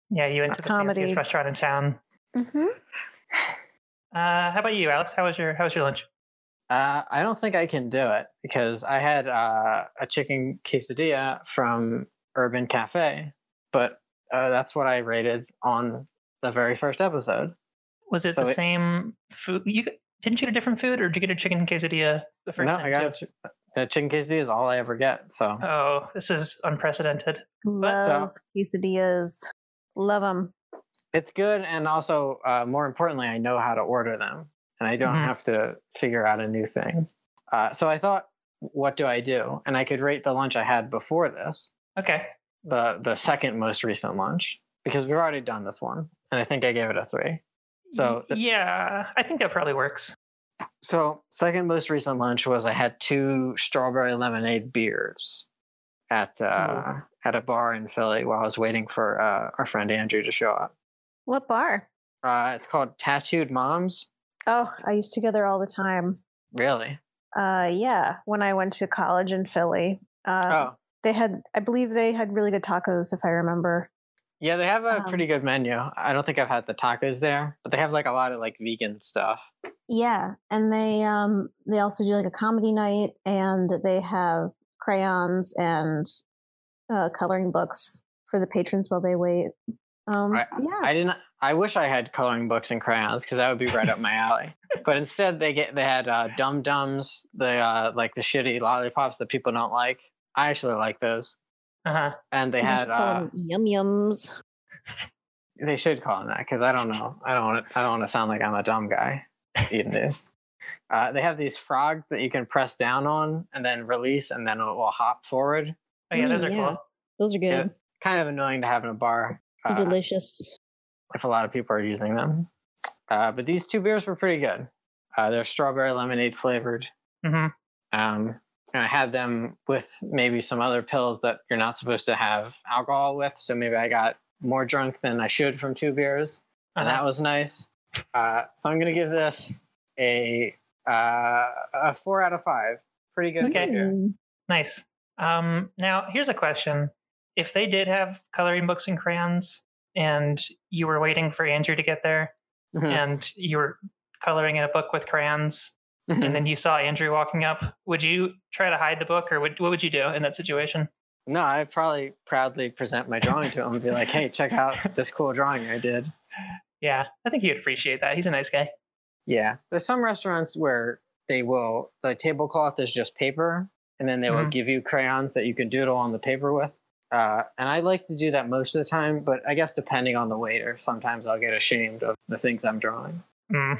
Speaker 2: Yeah, you went to the
Speaker 4: Comedy.
Speaker 2: fanciest restaurant in town. Uh, how about you, Alex? How was your How was your lunch?
Speaker 1: Uh, I don't think I can do it because I had uh, a chicken quesadilla from Urban Cafe, but uh, that's what I rated on the very first episode.
Speaker 2: Was it
Speaker 1: So
Speaker 2: the
Speaker 1: it-
Speaker 2: same food? You g- didn't you get a different food, or did you get a chicken quesadilla the first
Speaker 1: no,
Speaker 2: time?
Speaker 1: I got a chi- the chicken quesadilla is all I ever get. So
Speaker 2: too? Oh, this is unprecedented.
Speaker 4: Love
Speaker 1: So-
Speaker 4: quesadillas. Love them.
Speaker 1: it's good, and also uh, more importantly, I know how to order them, and I don't
Speaker 2: Mhm.
Speaker 1: have to figure out a new thing. Uh, so I thought, what do I do? And I could rate the lunch I had before this,
Speaker 2: Okay,
Speaker 1: the the second most recent lunch, because we've already done this one, and I think I gave it a three. So
Speaker 2: Y- yeah, I think that probably works.
Speaker 1: So, second most recent lunch was I had two strawberry lemonade beers at uh, at a bar in Philly while I was waiting for uh, our friend Andrew to show up.
Speaker 4: What bar?
Speaker 1: Uh, it's called Tattooed Moms.
Speaker 4: Oh, I used to go there all the time.
Speaker 1: Really?
Speaker 4: Uh, yeah, when I went to college in Philly.
Speaker 3: Um,
Speaker 4: Uh,
Speaker 3: Uh-huh.
Speaker 1: oh,
Speaker 4: They had, I believe they had really good tacos, if I remember.
Speaker 1: yeah. They have a
Speaker 4: um,
Speaker 1: pretty good menu. I don't think I've had the tacos there, but they have like a lot of like vegan stuff.
Speaker 3: Yeah, and they um they also do like a comedy night, and they have crayons and uh, coloring books for the patrons while they wait. Um,
Speaker 1: I-
Speaker 3: yeah,
Speaker 1: I didn't. I wish I had coloring books and crayons because that would be right up my alley. But instead, they get they had uh, Dum Dums, the uh, like the shitty lollipops that people don't like. I actually like those.
Speaker 2: Uh huh.
Speaker 1: and they
Speaker 3: You
Speaker 1: had
Speaker 3: should call
Speaker 1: uh,
Speaker 3: them yum yums.
Speaker 1: they should call him that because I don't know. I don't want to. I don't want to sound like I'm a dumb guy eating this. Uh, they have these frogs that you can press down on and then release, and then it will hop forward.
Speaker 2: Oh yeah,
Speaker 3: Mm,
Speaker 2: those are
Speaker 3: yeah.
Speaker 2: cool.
Speaker 3: Those are
Speaker 1: Yeah,
Speaker 3: good,
Speaker 1: kind of annoying to have in a bar uh,
Speaker 3: delicious.
Speaker 1: if a lot of people are using them. Uh, but these two beers were pretty good. Uh, they're strawberry lemonade flavored,
Speaker 2: Mhm.
Speaker 1: um, and I had them with maybe some other pills that you're not supposed to have alcohol with. So maybe I got more drunk than I should from two beers. and that
Speaker 2: Uh-huh.
Speaker 1: was nice. Uh, so I'm gonna give this a uh, a four out of five. Pretty good
Speaker 2: Okay.
Speaker 1: figure.
Speaker 3: Mm.
Speaker 2: Nice. Um, now here's a question: If they did have coloring books and crayons, and you were waiting for Andrew to get there,
Speaker 1: Mhm.
Speaker 2: and you were coloring in a book with crayons, and then you saw Andrew walking up, would you try to hide the book, or would, what would you do in that situation?
Speaker 1: no, I probably proudly present my drawing to him and be like, "Hey, check out this cool drawing I did."
Speaker 2: Yeah, I think he'd appreciate that. He's a nice guy.
Speaker 1: Yeah, there's some restaurants where they will the tablecloth is just paper, and then they will
Speaker 2: Mhm.
Speaker 1: give you crayons that you can doodle on the paper with. Uh, and I like to do that most of the time, but I guess depending on the waiter, sometimes I'll get ashamed of the things I'm drawing.
Speaker 2: Mm.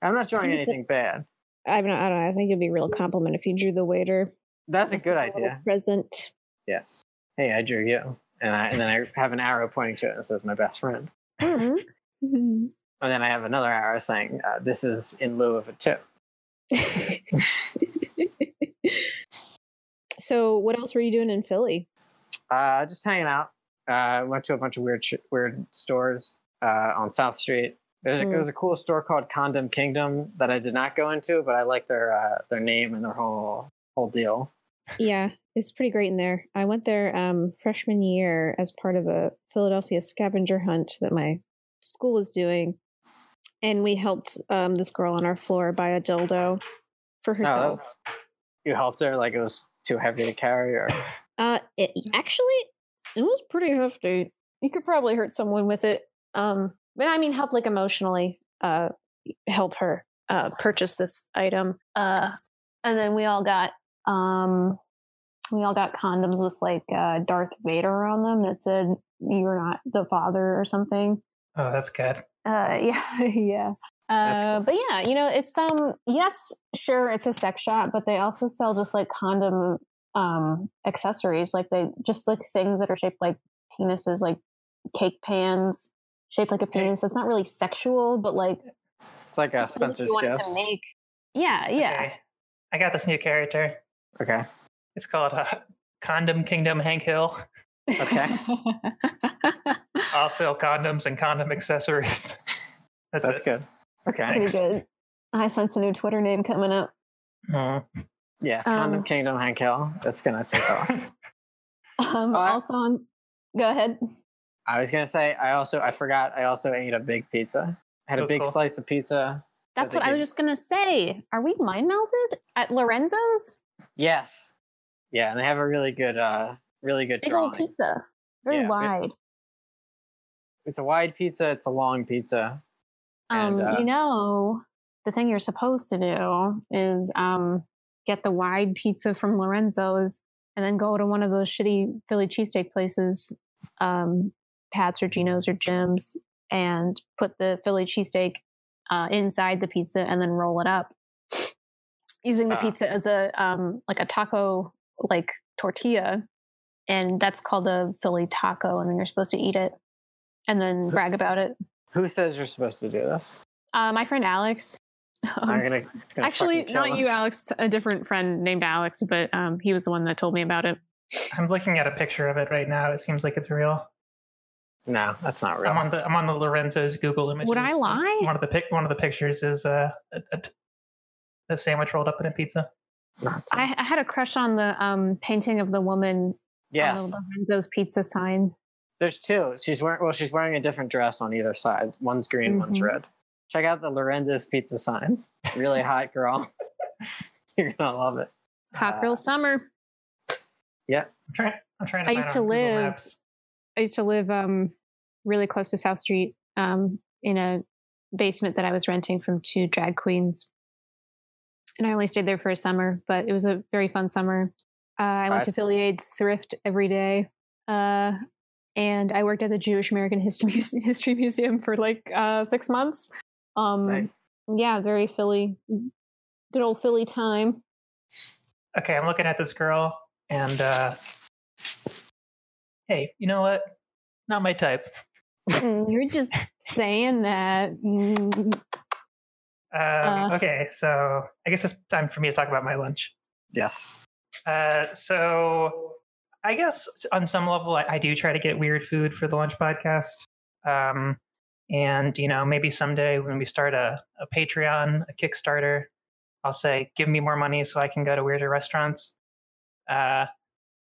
Speaker 1: I'm not drawing
Speaker 3: think that-
Speaker 1: anything bad.
Speaker 3: I don't, I don't know. I think it'd be a real compliment if you drew the waiter.
Speaker 1: That's a
Speaker 3: Like,
Speaker 1: good
Speaker 3: a little
Speaker 1: idea.
Speaker 3: Present.
Speaker 1: Yes. Hey, I drew you. And, I, and then I have an arrow pointing to it that says my best friend.
Speaker 3: Mhm.
Speaker 1: And then I have another arrow saying, uh, this is in lieu of a tip.
Speaker 3: so, what else were you doing in Philly?
Speaker 1: Uh, just hanging out. Uh, went to a bunch of weird, sh- weird stores uh, on South Street. There's a,
Speaker 3: Mm.
Speaker 1: there was a cool store called Condom Kingdom that I did not go into, but I like their uh, their name and their whole whole deal.
Speaker 3: Yeah, it's pretty great in there. I went there um, freshman year as part of a Philadelphia scavenger hunt that my school was doing, and we helped um, this girl on our floor buy a dildo for
Speaker 1: No,
Speaker 3: herself.
Speaker 1: that's- Oh, you helped her like it was too heavy to carry, or
Speaker 3: Uh, it actually it was pretty hefty. You could probably hurt someone with it. Um, but I mean, help like emotionally. Uh, help her uh purchase this item. Uh, and then we all got um, we all got condoms with like uh Darth Vader on them that said "You're not the father" or something.
Speaker 2: Oh, that's good.
Speaker 3: Uh, yeah, yeah.
Speaker 1: That's
Speaker 3: Uh, but yeah, you know, it's um, yes, sure, it's a sex shop, but they also sell just like condom um accessories, like they just like things that are shaped like penises, like cake pans shaped like a penis. That's not really sexual, but like
Speaker 1: it's like a
Speaker 3: it's something
Speaker 1: Spencer's
Speaker 3: you wanted to
Speaker 1: gifts.
Speaker 3: make. Yeah, yeah.
Speaker 2: Okay. I got this new character.
Speaker 1: Okay,
Speaker 2: It's called uh, Condom Kingdom Hank Hill.
Speaker 1: Okay.
Speaker 2: I'll sell condoms and condom accessories. That's,
Speaker 1: that's
Speaker 2: it.
Speaker 1: good. Okay,
Speaker 3: Pretty good. I sense a new Twitter name coming up.
Speaker 2: Oh.
Speaker 1: Yeah, Condom
Speaker 3: Um,
Speaker 1: Kingdom Hank Hill. That's gonna take off.
Speaker 3: Um,
Speaker 1: Oh, I-
Speaker 3: also on, go ahead.
Speaker 1: I was gonna say I also I forgot I also ate a big pizza. I had a
Speaker 2: Oh,
Speaker 1: big
Speaker 2: cool.
Speaker 1: slice of pizza.
Speaker 3: That's
Speaker 1: they
Speaker 3: what I was
Speaker 1: did.
Speaker 3: just gonna say. Are we mind melted at Lorenzo's?
Speaker 1: Yes. Yeah, and they have a really good uh really good
Speaker 3: Big old
Speaker 1: drawing.
Speaker 3: pizza, very
Speaker 1: Yeah, big-
Speaker 3: wide.
Speaker 1: It's a wide pizza, it's a long pizza.
Speaker 3: Um,
Speaker 1: And, uh,
Speaker 3: you know, the thing you're supposed to do is um, get the wide pizza from Lorenzo's and then go to one of those shitty Philly cheesesteak places, um, Pat's or Gino's or Jim's, and put the Philly cheesesteak uh, inside the pizza and then roll it up using the
Speaker 1: Ah.
Speaker 3: pizza as a um, like a taco like tortilla, and that's called a Philly taco. And then you're supposed to eat it and then brag about it.
Speaker 1: Who says you're supposed to do this?
Speaker 3: Uh, my friend Alex. Um,
Speaker 1: I'm gonna, gonna
Speaker 3: actually,
Speaker 1: fucking kill
Speaker 3: not
Speaker 1: him.
Speaker 3: you, Alex. A different friend named Alex, but um, he was the one that told me about it.
Speaker 2: I'm looking at a picture of it right now. It seems like it's real.
Speaker 1: No, that's not real.
Speaker 2: I'm on the I'm on the Lorenzo's Google images.
Speaker 3: Would I lie?
Speaker 2: One of the pic one of the pictures is uh, a, a, a sandwich rolled up in a pizza.
Speaker 1: Nonsense.
Speaker 3: I, I had a crush on the um, painting of the woman on
Speaker 1: yes.
Speaker 3: the Lorenzo's pizza sign.
Speaker 1: There's two. She's wearing well, she's wearing a different dress on either side. One's green, one's
Speaker 3: Mhm.
Speaker 1: red. Check out the Lorenzo's pizza sign. Really hot girl. You're gonna love it.
Speaker 3: Top
Speaker 1: Uh,
Speaker 3: Girl Summer.
Speaker 2: I'm trying. I'm trying to.
Speaker 3: I
Speaker 2: find
Speaker 3: used
Speaker 2: it
Speaker 3: to
Speaker 2: on Google
Speaker 3: live-
Speaker 2: Maps.
Speaker 3: I used to live um, really close to South Street um, in a basement that I was renting from two drag queens. And I only stayed there for a summer, but it was a very fun summer. Uh, I went
Speaker 1: Right.
Speaker 3: to Philly Aid's thrift every day. Uh, and I worked at the Jewish American History, Muse- History Museum for like uh, six months. Um,
Speaker 1: Nice.
Speaker 3: Yeah, very Philly, good old Philly time.
Speaker 2: Okay, I'm looking at this girl, and uh, hey, you know what? Not my type.
Speaker 3: Mm, You're just saying that. Mm.
Speaker 2: Um,
Speaker 3: Uh.
Speaker 2: okay, so I guess it's time for me to talk about my lunch.
Speaker 1: Yes.
Speaker 2: Uh, so I guess on some level, I, I do try to get weird food for the lunch podcast. Um, and you know, maybe someday when we start a, a Patreon, a Kickstarter, I'll say, "Give me more money so I can go to weirder restaurants." Uh,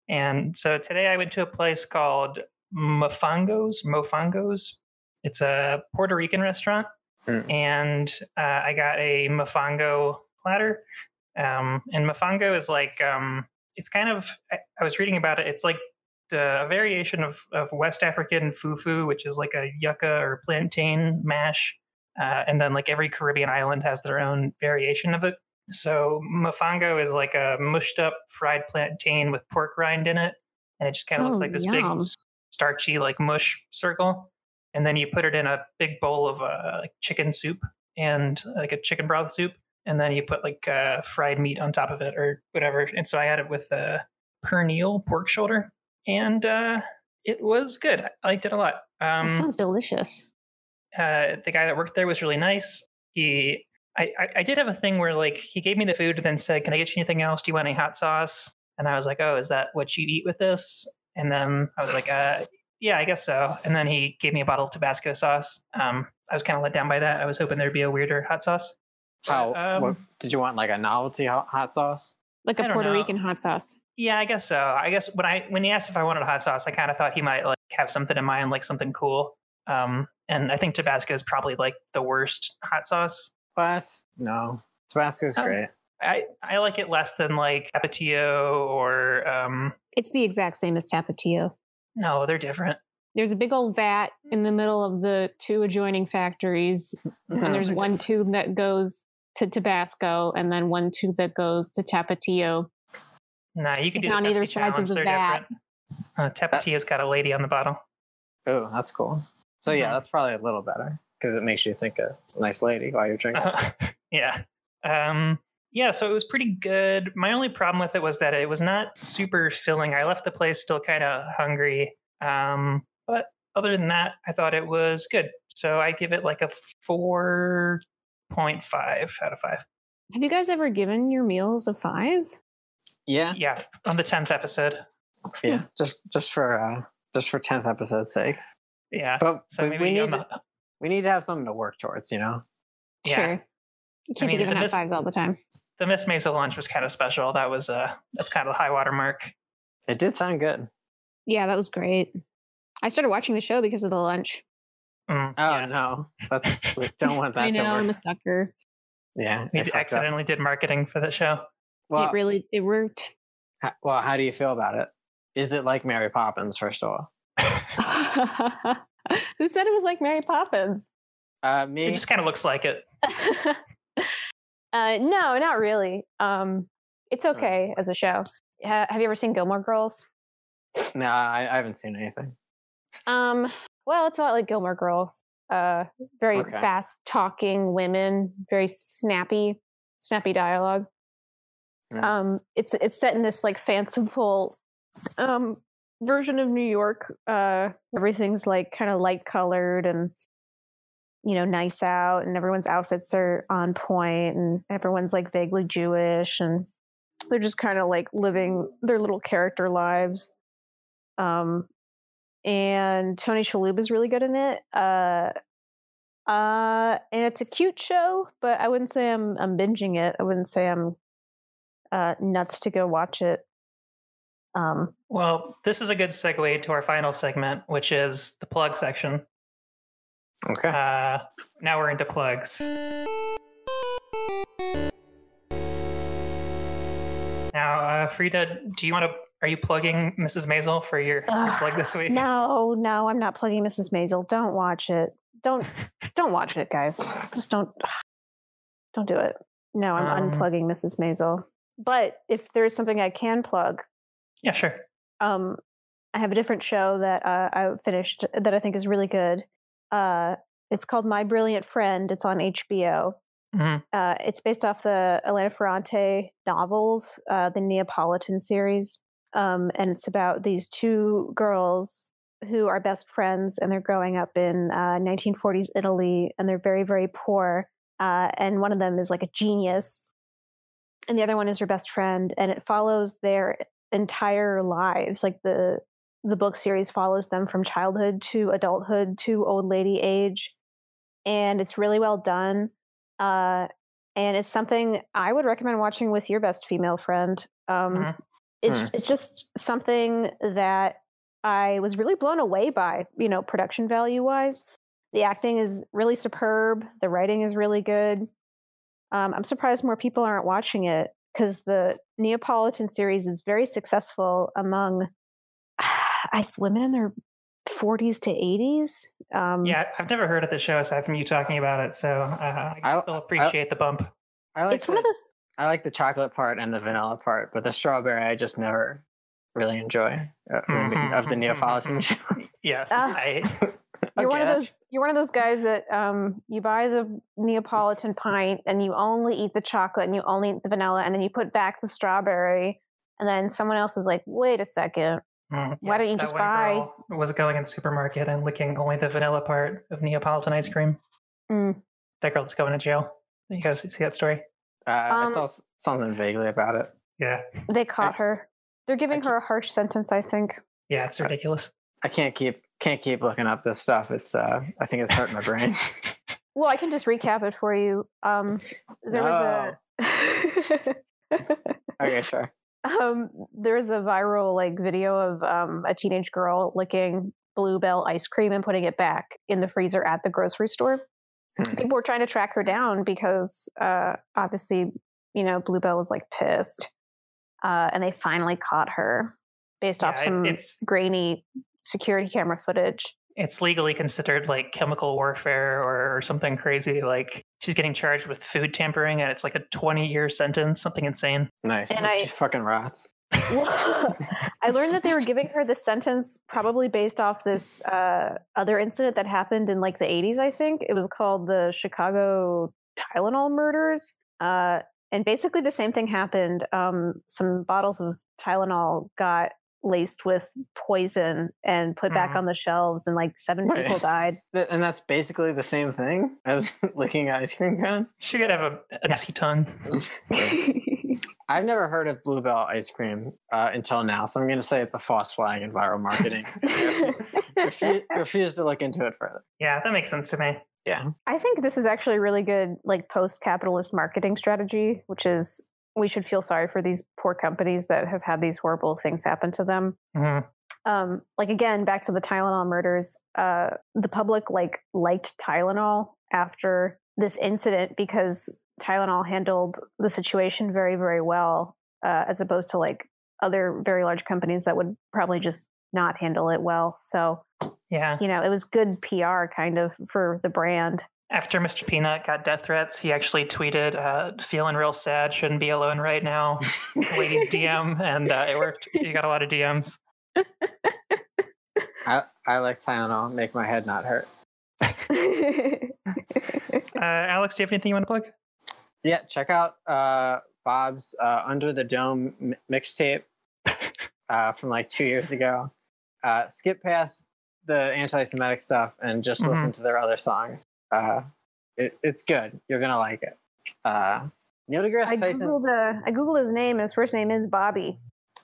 Speaker 2: and so today I went to a place called Mofangos. Mofangos. It's a Puerto Rican restaurant,
Speaker 1: Mm.
Speaker 2: and uh, I got a mofongo platter. Um, and mofongo is like um, it's kind of I, I was reading about it. It's like the, a variation of, of West African fufu, which is like a yucca or plantain mash, uh, and then like every Caribbean island has their own variation of it. So mofongo is like a mushed up fried plantain with pork rind in it, and it just kind of looks
Speaker 3: Oh,
Speaker 2: like this
Speaker 3: yum.
Speaker 2: big s- starchy like mush circle, and then you put it in a big bowl of uh, like chicken soup and like a chicken broth soup, and then you put like uh, fried meat on top of it or whatever. And so I had it with uh, pernil pork shoulder, and uh, it was good. I liked it a lot. Um,
Speaker 3: that sounds delicious.
Speaker 2: uh, the guy that worked there was really nice. He, I, I, I did have a thing where like he gave me the food and then said, "Can I get you anything else? Do you want any hot sauce?" And I was like, "Oh, is that what you'd eat with this?" And then I was like, uh, "Yeah, I guess so." And then he gave me a bottle of Tabasco sauce. Um, I was kind of let down by that. I was hoping there'd be a weirder hot sauce.
Speaker 1: How
Speaker 2: Um,
Speaker 1: what, did you want like a novelty hot, hot sauce?
Speaker 3: Like
Speaker 2: I
Speaker 3: a
Speaker 2: don't
Speaker 3: Puerto
Speaker 2: know.
Speaker 3: Rican hot sauce.
Speaker 2: Yeah, I guess so. I guess when I when he asked if I wanted a hot sauce, I kind of thought he might like have something in mind, like something cool. Um, and I think Tabasco is probably like the worst hot sauce.
Speaker 1: What? No. Tabasco's
Speaker 3: Oh.
Speaker 2: Um,
Speaker 1: great.
Speaker 2: I, I like it less than like Tapatio or um
Speaker 3: It's the exact same as Tapatio.
Speaker 2: no, they're different.
Speaker 3: There's a big old vat in
Speaker 2: Mm.
Speaker 3: the middle of the two adjoining factories, and there's
Speaker 2: They're
Speaker 3: one
Speaker 2: different.
Speaker 3: tube that goes to Tabasco, and then one tube that goes to Tapatio.
Speaker 2: Nah, you can do the
Speaker 3: on
Speaker 2: Pepsi
Speaker 3: either sides
Speaker 2: challenge,
Speaker 3: of the
Speaker 2: they're
Speaker 3: vat.
Speaker 2: different. Uh, Tapatio's got a lady on the bottle.
Speaker 1: Oh, that's cool. So yeah,
Speaker 2: Mhm.
Speaker 1: that's probably a little better because it makes you think of a nice lady while you're
Speaker 3: Uh-huh.
Speaker 1: drinking.
Speaker 2: yeah. Um, yeah, so it was pretty good. My only problem with it was that it was not super filling. I left the place still kind of hungry. Um, but other than that, I thought it was good. So I give it like a 4.5 out of 5.
Speaker 3: Have you guys ever given your meals a five?
Speaker 1: Yeah,
Speaker 2: Yeah, on the 10th episode.
Speaker 1: yeah. Just just for uh just for tenth episode's sake.
Speaker 2: Yeah.
Speaker 1: But,
Speaker 2: So
Speaker 1: but
Speaker 2: maybe
Speaker 1: we
Speaker 2: on
Speaker 1: need
Speaker 2: the
Speaker 1: we need to have something to work towards, you know.
Speaker 2: Yeah.
Speaker 3: Sure. You can't
Speaker 2: mean,
Speaker 3: be giving
Speaker 2: the
Speaker 3: out
Speaker 2: mis-
Speaker 3: fives all the time.
Speaker 2: The Miss Mesa lunch was kind of special. That was uh that's kind of the high water mark.
Speaker 1: It did sound good.
Speaker 3: Yeah, that was great. I started watching the show because of the lunch.
Speaker 2: Mm,
Speaker 1: Oh
Speaker 2: yeah.
Speaker 1: no, that's we don't want that
Speaker 3: I know
Speaker 1: to
Speaker 3: I'm
Speaker 1: work.
Speaker 3: a sucker.
Speaker 1: Yeah,
Speaker 2: We
Speaker 1: it fucked up.
Speaker 2: accidentally did marketing for the show.
Speaker 1: Well,
Speaker 3: it really it worked.
Speaker 1: h- well, how do you feel about it? Is it like Mary Poppins? First of all,
Speaker 3: Who said it was like Mary Poppins?
Speaker 1: uh, me.
Speaker 2: It just kind of looks like it.
Speaker 3: uh, no, not really. Um, it's
Speaker 1: Right.
Speaker 3: okay as a show. Ha- have you ever seen Gilmore Girls?
Speaker 1: No, I, I haven't seen anything.
Speaker 3: Um, well, it's a lot like Gilmore Girls. Uh, very
Speaker 1: Okay.
Speaker 3: fast talking women, very snappy, snappy dialogue.
Speaker 1: Mm.
Speaker 3: Um, it's it's set in this like fanciful um version of New York. Uh, everything's like kind of light colored and you know nice out, and everyone's outfits are on point, and everyone's like vaguely Jewish, and they're just kind of like living their little character lives. Um, and Tony Shalhoub is really good in it. Uh, uh, and it's a cute show, but I wouldn't say I'm I'm binging it. I wouldn't say I'm uh, nuts to go watch it. Um,
Speaker 2: Well, this is a good segue into our final segment, which is the plug section.
Speaker 1: Okay.
Speaker 2: Uh, now we're into plugs. Now, uh, Frida, do you want to? Are you plugging Mrs. Maisel for your, your
Speaker 3: Ugh,
Speaker 2: plug this week?
Speaker 3: no, no, I'm not plugging Mrs. Maisel. Don't watch it. Don't don't watch it, guys. Just don't don't do it. No, I'm
Speaker 2: Um,
Speaker 3: unplugging Mrs. Maisel. But if there's something I can plug,
Speaker 2: Yeah, sure.
Speaker 3: um i have a different show that uh, i finished that i think is really good uh it's called my brilliant friend it's on hbo
Speaker 2: Mhm.
Speaker 3: uh it's based off the elena ferrante novels uh the neapolitan series um and it's about these two girls who are best friends and they're growing up in uh, 1940s italy and they're very very poor uh, and one of them is like a genius and the other one is her best friend and it follows their entire lives like the the book series follows them from childhood to adulthood to old lady age and it's really well done uh and it's something i would recommend watching with your best female friend um
Speaker 2: Mhm.
Speaker 3: it's
Speaker 1: Hmm.
Speaker 3: it's just something that i was really blown away by you know production value wise the acting is really superb the writing is really good um, i'm surprised more people aren't watching it because the neapolitan series is very successful among i s- women in their 40s to 80s um,
Speaker 2: Yeah, I've never heard of the show aside from you talking about it, so uh, I
Speaker 1: I-
Speaker 2: still appreciate the bump.
Speaker 1: I like
Speaker 3: it's one of
Speaker 1: the-
Speaker 3: those
Speaker 1: I like the chocolate part and the vanilla part, but the strawberry I just never really enjoy uh,
Speaker 2: Mhm,
Speaker 1: of the
Speaker 2: mhm,
Speaker 1: Neapolitan
Speaker 2: mhm.
Speaker 1: show.
Speaker 2: Yes,
Speaker 3: Ah.
Speaker 2: I
Speaker 3: You're one
Speaker 1: Okay,
Speaker 3: of
Speaker 1: that's-
Speaker 3: those. You're one of those guys that um, you buy the Neapolitan pint and you only eat the chocolate and you only eat the vanilla and then you put back the strawberry and then someone else is like, "Wait a second,
Speaker 2: Mm,
Speaker 3: Why don't you
Speaker 2: that
Speaker 3: just
Speaker 2: one
Speaker 3: buy-
Speaker 2: girl Was going in the supermarket and licking only the vanilla part of Neapolitan ice cream.
Speaker 3: Mm.
Speaker 2: That girl that's going to jail. You guys see that story?
Speaker 1: Uh, I
Speaker 3: Um,
Speaker 1: saw s- something vaguely about it.
Speaker 2: Yeah,
Speaker 3: they caught her." They're giving
Speaker 1: I
Speaker 3: her a harsh sentence, I think.
Speaker 2: yeah, it's ridiculous.
Speaker 1: I can't keep can't keep looking up this stuff. It's uh, I think it's hurting my brain.
Speaker 3: Well, I can just recap it for you. Um, there was a.
Speaker 1: okay, sure.
Speaker 3: um there's a viral like video of um a teenage girl licking bluebell ice cream and putting it back in the freezer at the grocery store
Speaker 1: Hmm.
Speaker 3: people were trying to track her down because uh obviously you know bluebell was like pissed uh and they finally caught her based off
Speaker 2: Yeah, it-
Speaker 3: some
Speaker 2: it's
Speaker 3: grainy security camera footage
Speaker 2: it's legally considered like chemical warfare or, or something crazy. Like she's getting charged with food tampering, and it's like a twenty-year sentence, something insane.
Speaker 1: Nice.
Speaker 3: And I-
Speaker 1: she fucking rots.
Speaker 3: I learned that they were giving her the sentence probably based off this uh, other incident that happened in like the 80s, I think. It was called the Chicago Tylenol murders. Uh, and basically, the same thing happened. Um, some bottles of Tylenol got laced with poison and put back
Speaker 2: Mhm.
Speaker 3: on the shelves, and like seven
Speaker 1: Right.
Speaker 3: people died.
Speaker 1: Th- and that's basically the same thing as licking an ice cream cone.
Speaker 2: She could have a, a nasty tongue.
Speaker 1: I've never heard of Bluebell ice cream uh, until now, so I'm going to say it's a false flag in viral marketing. Refu- refuse to look into it further.
Speaker 2: Yeah, that makes sense to me.
Speaker 3: I think this is actually a really good like post-capitalist marketing strategy, which is we should feel sorry for these poor companies that have had these horrible things happen to them.
Speaker 2: Mhm.
Speaker 3: Um, like again, back to the Tylenol murders, uh, the public like liked Tylenol after this incident because Tylenol handled the situation very, very well, uh, as opposed to like other very large companies that would probably just not handle it well. So
Speaker 2: Yeah.
Speaker 3: you know, it was good PR kind of for the brand.
Speaker 2: After Mr. Peanut got death threats, he actually tweeted, uh, "Feeling real sad. Shouldn't be alone right now." Ladies DM, and uh, it worked. You got a lot of DMs.
Speaker 1: I, I like Tylenol, make my head not hurt.
Speaker 2: Uh, Alex, do you have anything you want to plug?
Speaker 1: Yeah, check out uh, Bob's uh, Under the Dome mi- mixtape uh, from like two years ago. Uh, skip past the anti Semitic stuff and just
Speaker 2: Mhm.
Speaker 1: listen to their other songs. Uh, it, it's good. You're going to like it. Uh, Neil deGrasse
Speaker 3: I
Speaker 1: Tyson.
Speaker 3: googled, uh, I googled his name. His first name is Bobby.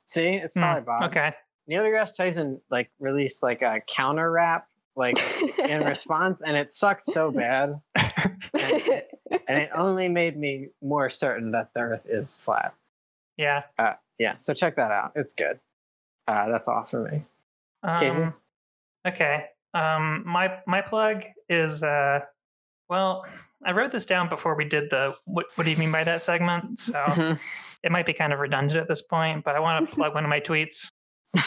Speaker 1: See, it's
Speaker 2: Hmm,
Speaker 1: probably Bob.
Speaker 2: Okay.
Speaker 1: Neil deGrasse Tyson like released like a counter rap like in response, and it sucked so bad, and it only made me more certain that the Earth is flat.
Speaker 2: Yeah.
Speaker 1: Uh, yeah, so check that out. It's good. Uh, that's all for me. Jason?
Speaker 2: Um, okay. Um, my my plug is uh, well, I wrote this down before we did the what What do you mean by that segment?
Speaker 1: Mm-hmm.
Speaker 2: So it might be kind of redundant at this point, but I want to plug one of my tweets.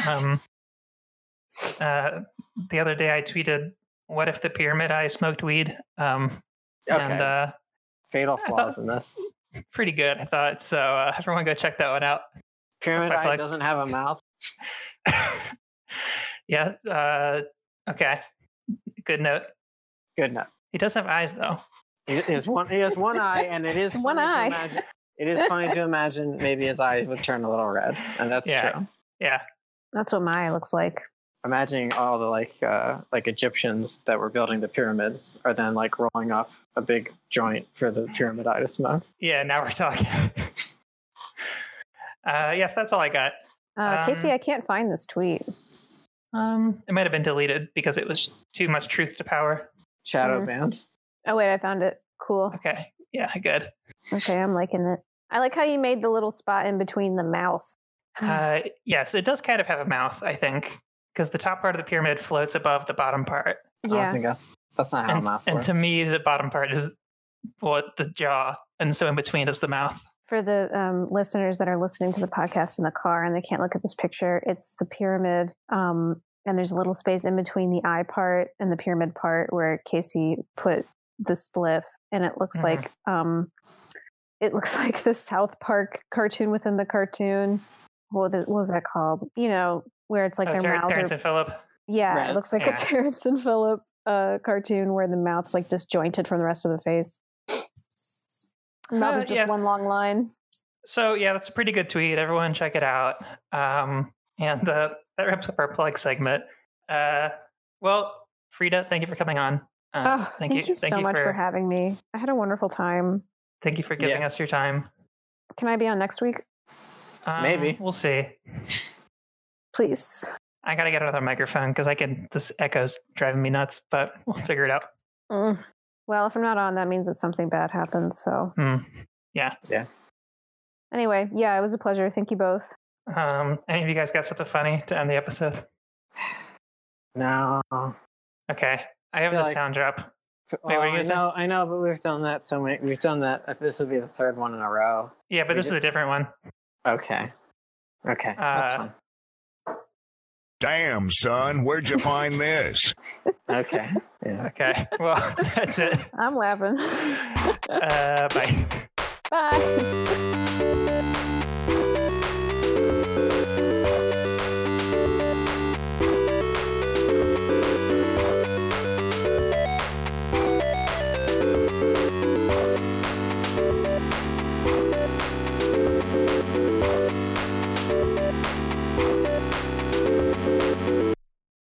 Speaker 2: Um, uh, the other day I tweeted, "What if the pyramid I smoked weed?" Um,
Speaker 1: Okay,
Speaker 2: And uh,
Speaker 1: fatal flaws in this.
Speaker 2: pretty good, I thought. So uh, everyone go check that one out.
Speaker 1: Pyramid
Speaker 2: my
Speaker 1: Eye
Speaker 2: plug.
Speaker 1: doesn't have a mouth.
Speaker 2: yeah. Uh, okay. Good note.
Speaker 1: Good enough.
Speaker 2: He does have eyes though.
Speaker 1: He he has one. He has one eye, and it is
Speaker 3: One
Speaker 1: funny to
Speaker 3: eye.
Speaker 1: imagine- It is funny to imagine maybe his eyes would turn a little red, and that's
Speaker 2: Yeah.
Speaker 1: true.
Speaker 2: Yeah.
Speaker 3: That's what my eye looks like.
Speaker 1: imagining all the like uh, like Egyptians that were building the pyramids are then like rolling up a big joint for the pyramid eye to smoke.
Speaker 2: Yeah, now we're talking. uh, yes, that's all I got.
Speaker 3: Uh, Casey,
Speaker 2: Um,
Speaker 3: I can't find this tweet.
Speaker 2: Um, it might have been deleted because it was too much truth to power.
Speaker 1: Shadow
Speaker 3: Mhm.
Speaker 1: band.
Speaker 3: Oh wait, I found it. Cool.
Speaker 2: Okay, yeah, good.
Speaker 3: Okay, I'm liking it. I like how you made the little spot in between the mouth.
Speaker 2: Uh, yes, it does kind of have a mouth, I think, because the top part of the pyramid floats above the bottom part,
Speaker 1: I don't
Speaker 3: Yeah.
Speaker 1: think that's that's
Speaker 3: Ah,
Speaker 1: not how
Speaker 2: and,
Speaker 1: mouth
Speaker 2: and
Speaker 1: works.
Speaker 2: to me, the bottom part is what the jaw, and so in between is the mouth.
Speaker 3: For the um, listeners that are listening to the podcast in the car and they can't look at this picture, it's the pyramid. Um, and there's a little space in between the eye part and the pyramid part where Casey put the spliff, and it looks
Speaker 2: Mhm.
Speaker 3: like um, it looks like the South Park cartoon within the cartoon. What, the, what was that called? You know, where it's like
Speaker 2: Oh,
Speaker 3: their
Speaker 2: Ter-
Speaker 3: mouths are
Speaker 2: Terrence and Philip.
Speaker 3: Yeah,
Speaker 1: Right.
Speaker 3: it looks like
Speaker 2: Yeah.
Speaker 3: a Terrence and Phillip uh, cartoon where the mouth's like disjointed from the rest of the face. The mouth
Speaker 2: Uh,
Speaker 3: is just
Speaker 2: yeah.
Speaker 3: one long line.
Speaker 2: So yeah, that's a pretty good tweet. Everyone check it out. Um, and uh, that wraps up our plug segment. Uh, well, Frida, thank you for coming on. Uh,
Speaker 3: oh, thank, you, so much for, having me. I had a wonderful time.
Speaker 2: Thank you for giving
Speaker 1: Yeah.
Speaker 2: us your time.
Speaker 3: Can I be on next week,
Speaker 2: Um,
Speaker 1: Maybe.
Speaker 2: we'll see.
Speaker 3: please?
Speaker 2: I gotta get another microphone because I can. This echo's driving me nuts, but we'll figure it out.
Speaker 3: Mm. Well, if I'm not on, that means that something bad happened. So,
Speaker 2: Hmm.
Speaker 3: anyway, yeah, it was a pleasure. Thank you both.
Speaker 2: Um, any of you guys got something funny to end the episode?
Speaker 1: no.
Speaker 2: Okay, I have
Speaker 1: Feel
Speaker 2: the
Speaker 1: like-
Speaker 2: sound drop.
Speaker 1: Well,
Speaker 2: were you
Speaker 1: oh, I
Speaker 2: gonna say?
Speaker 1: know, I know, but we've done that so many. We've done that. uh, This will be the third one in a row.
Speaker 2: Yeah, but
Speaker 1: we
Speaker 2: this is
Speaker 1: did-
Speaker 2: a different one.
Speaker 1: Okay. Okay, that's
Speaker 2: Uh,
Speaker 1: fine.
Speaker 5: Damn, son, where'd you find this?
Speaker 1: Okay. Yeah.
Speaker 2: Okay, well, that's it.
Speaker 3: I'm laughing.
Speaker 2: Uh, bye.
Speaker 3: Bye.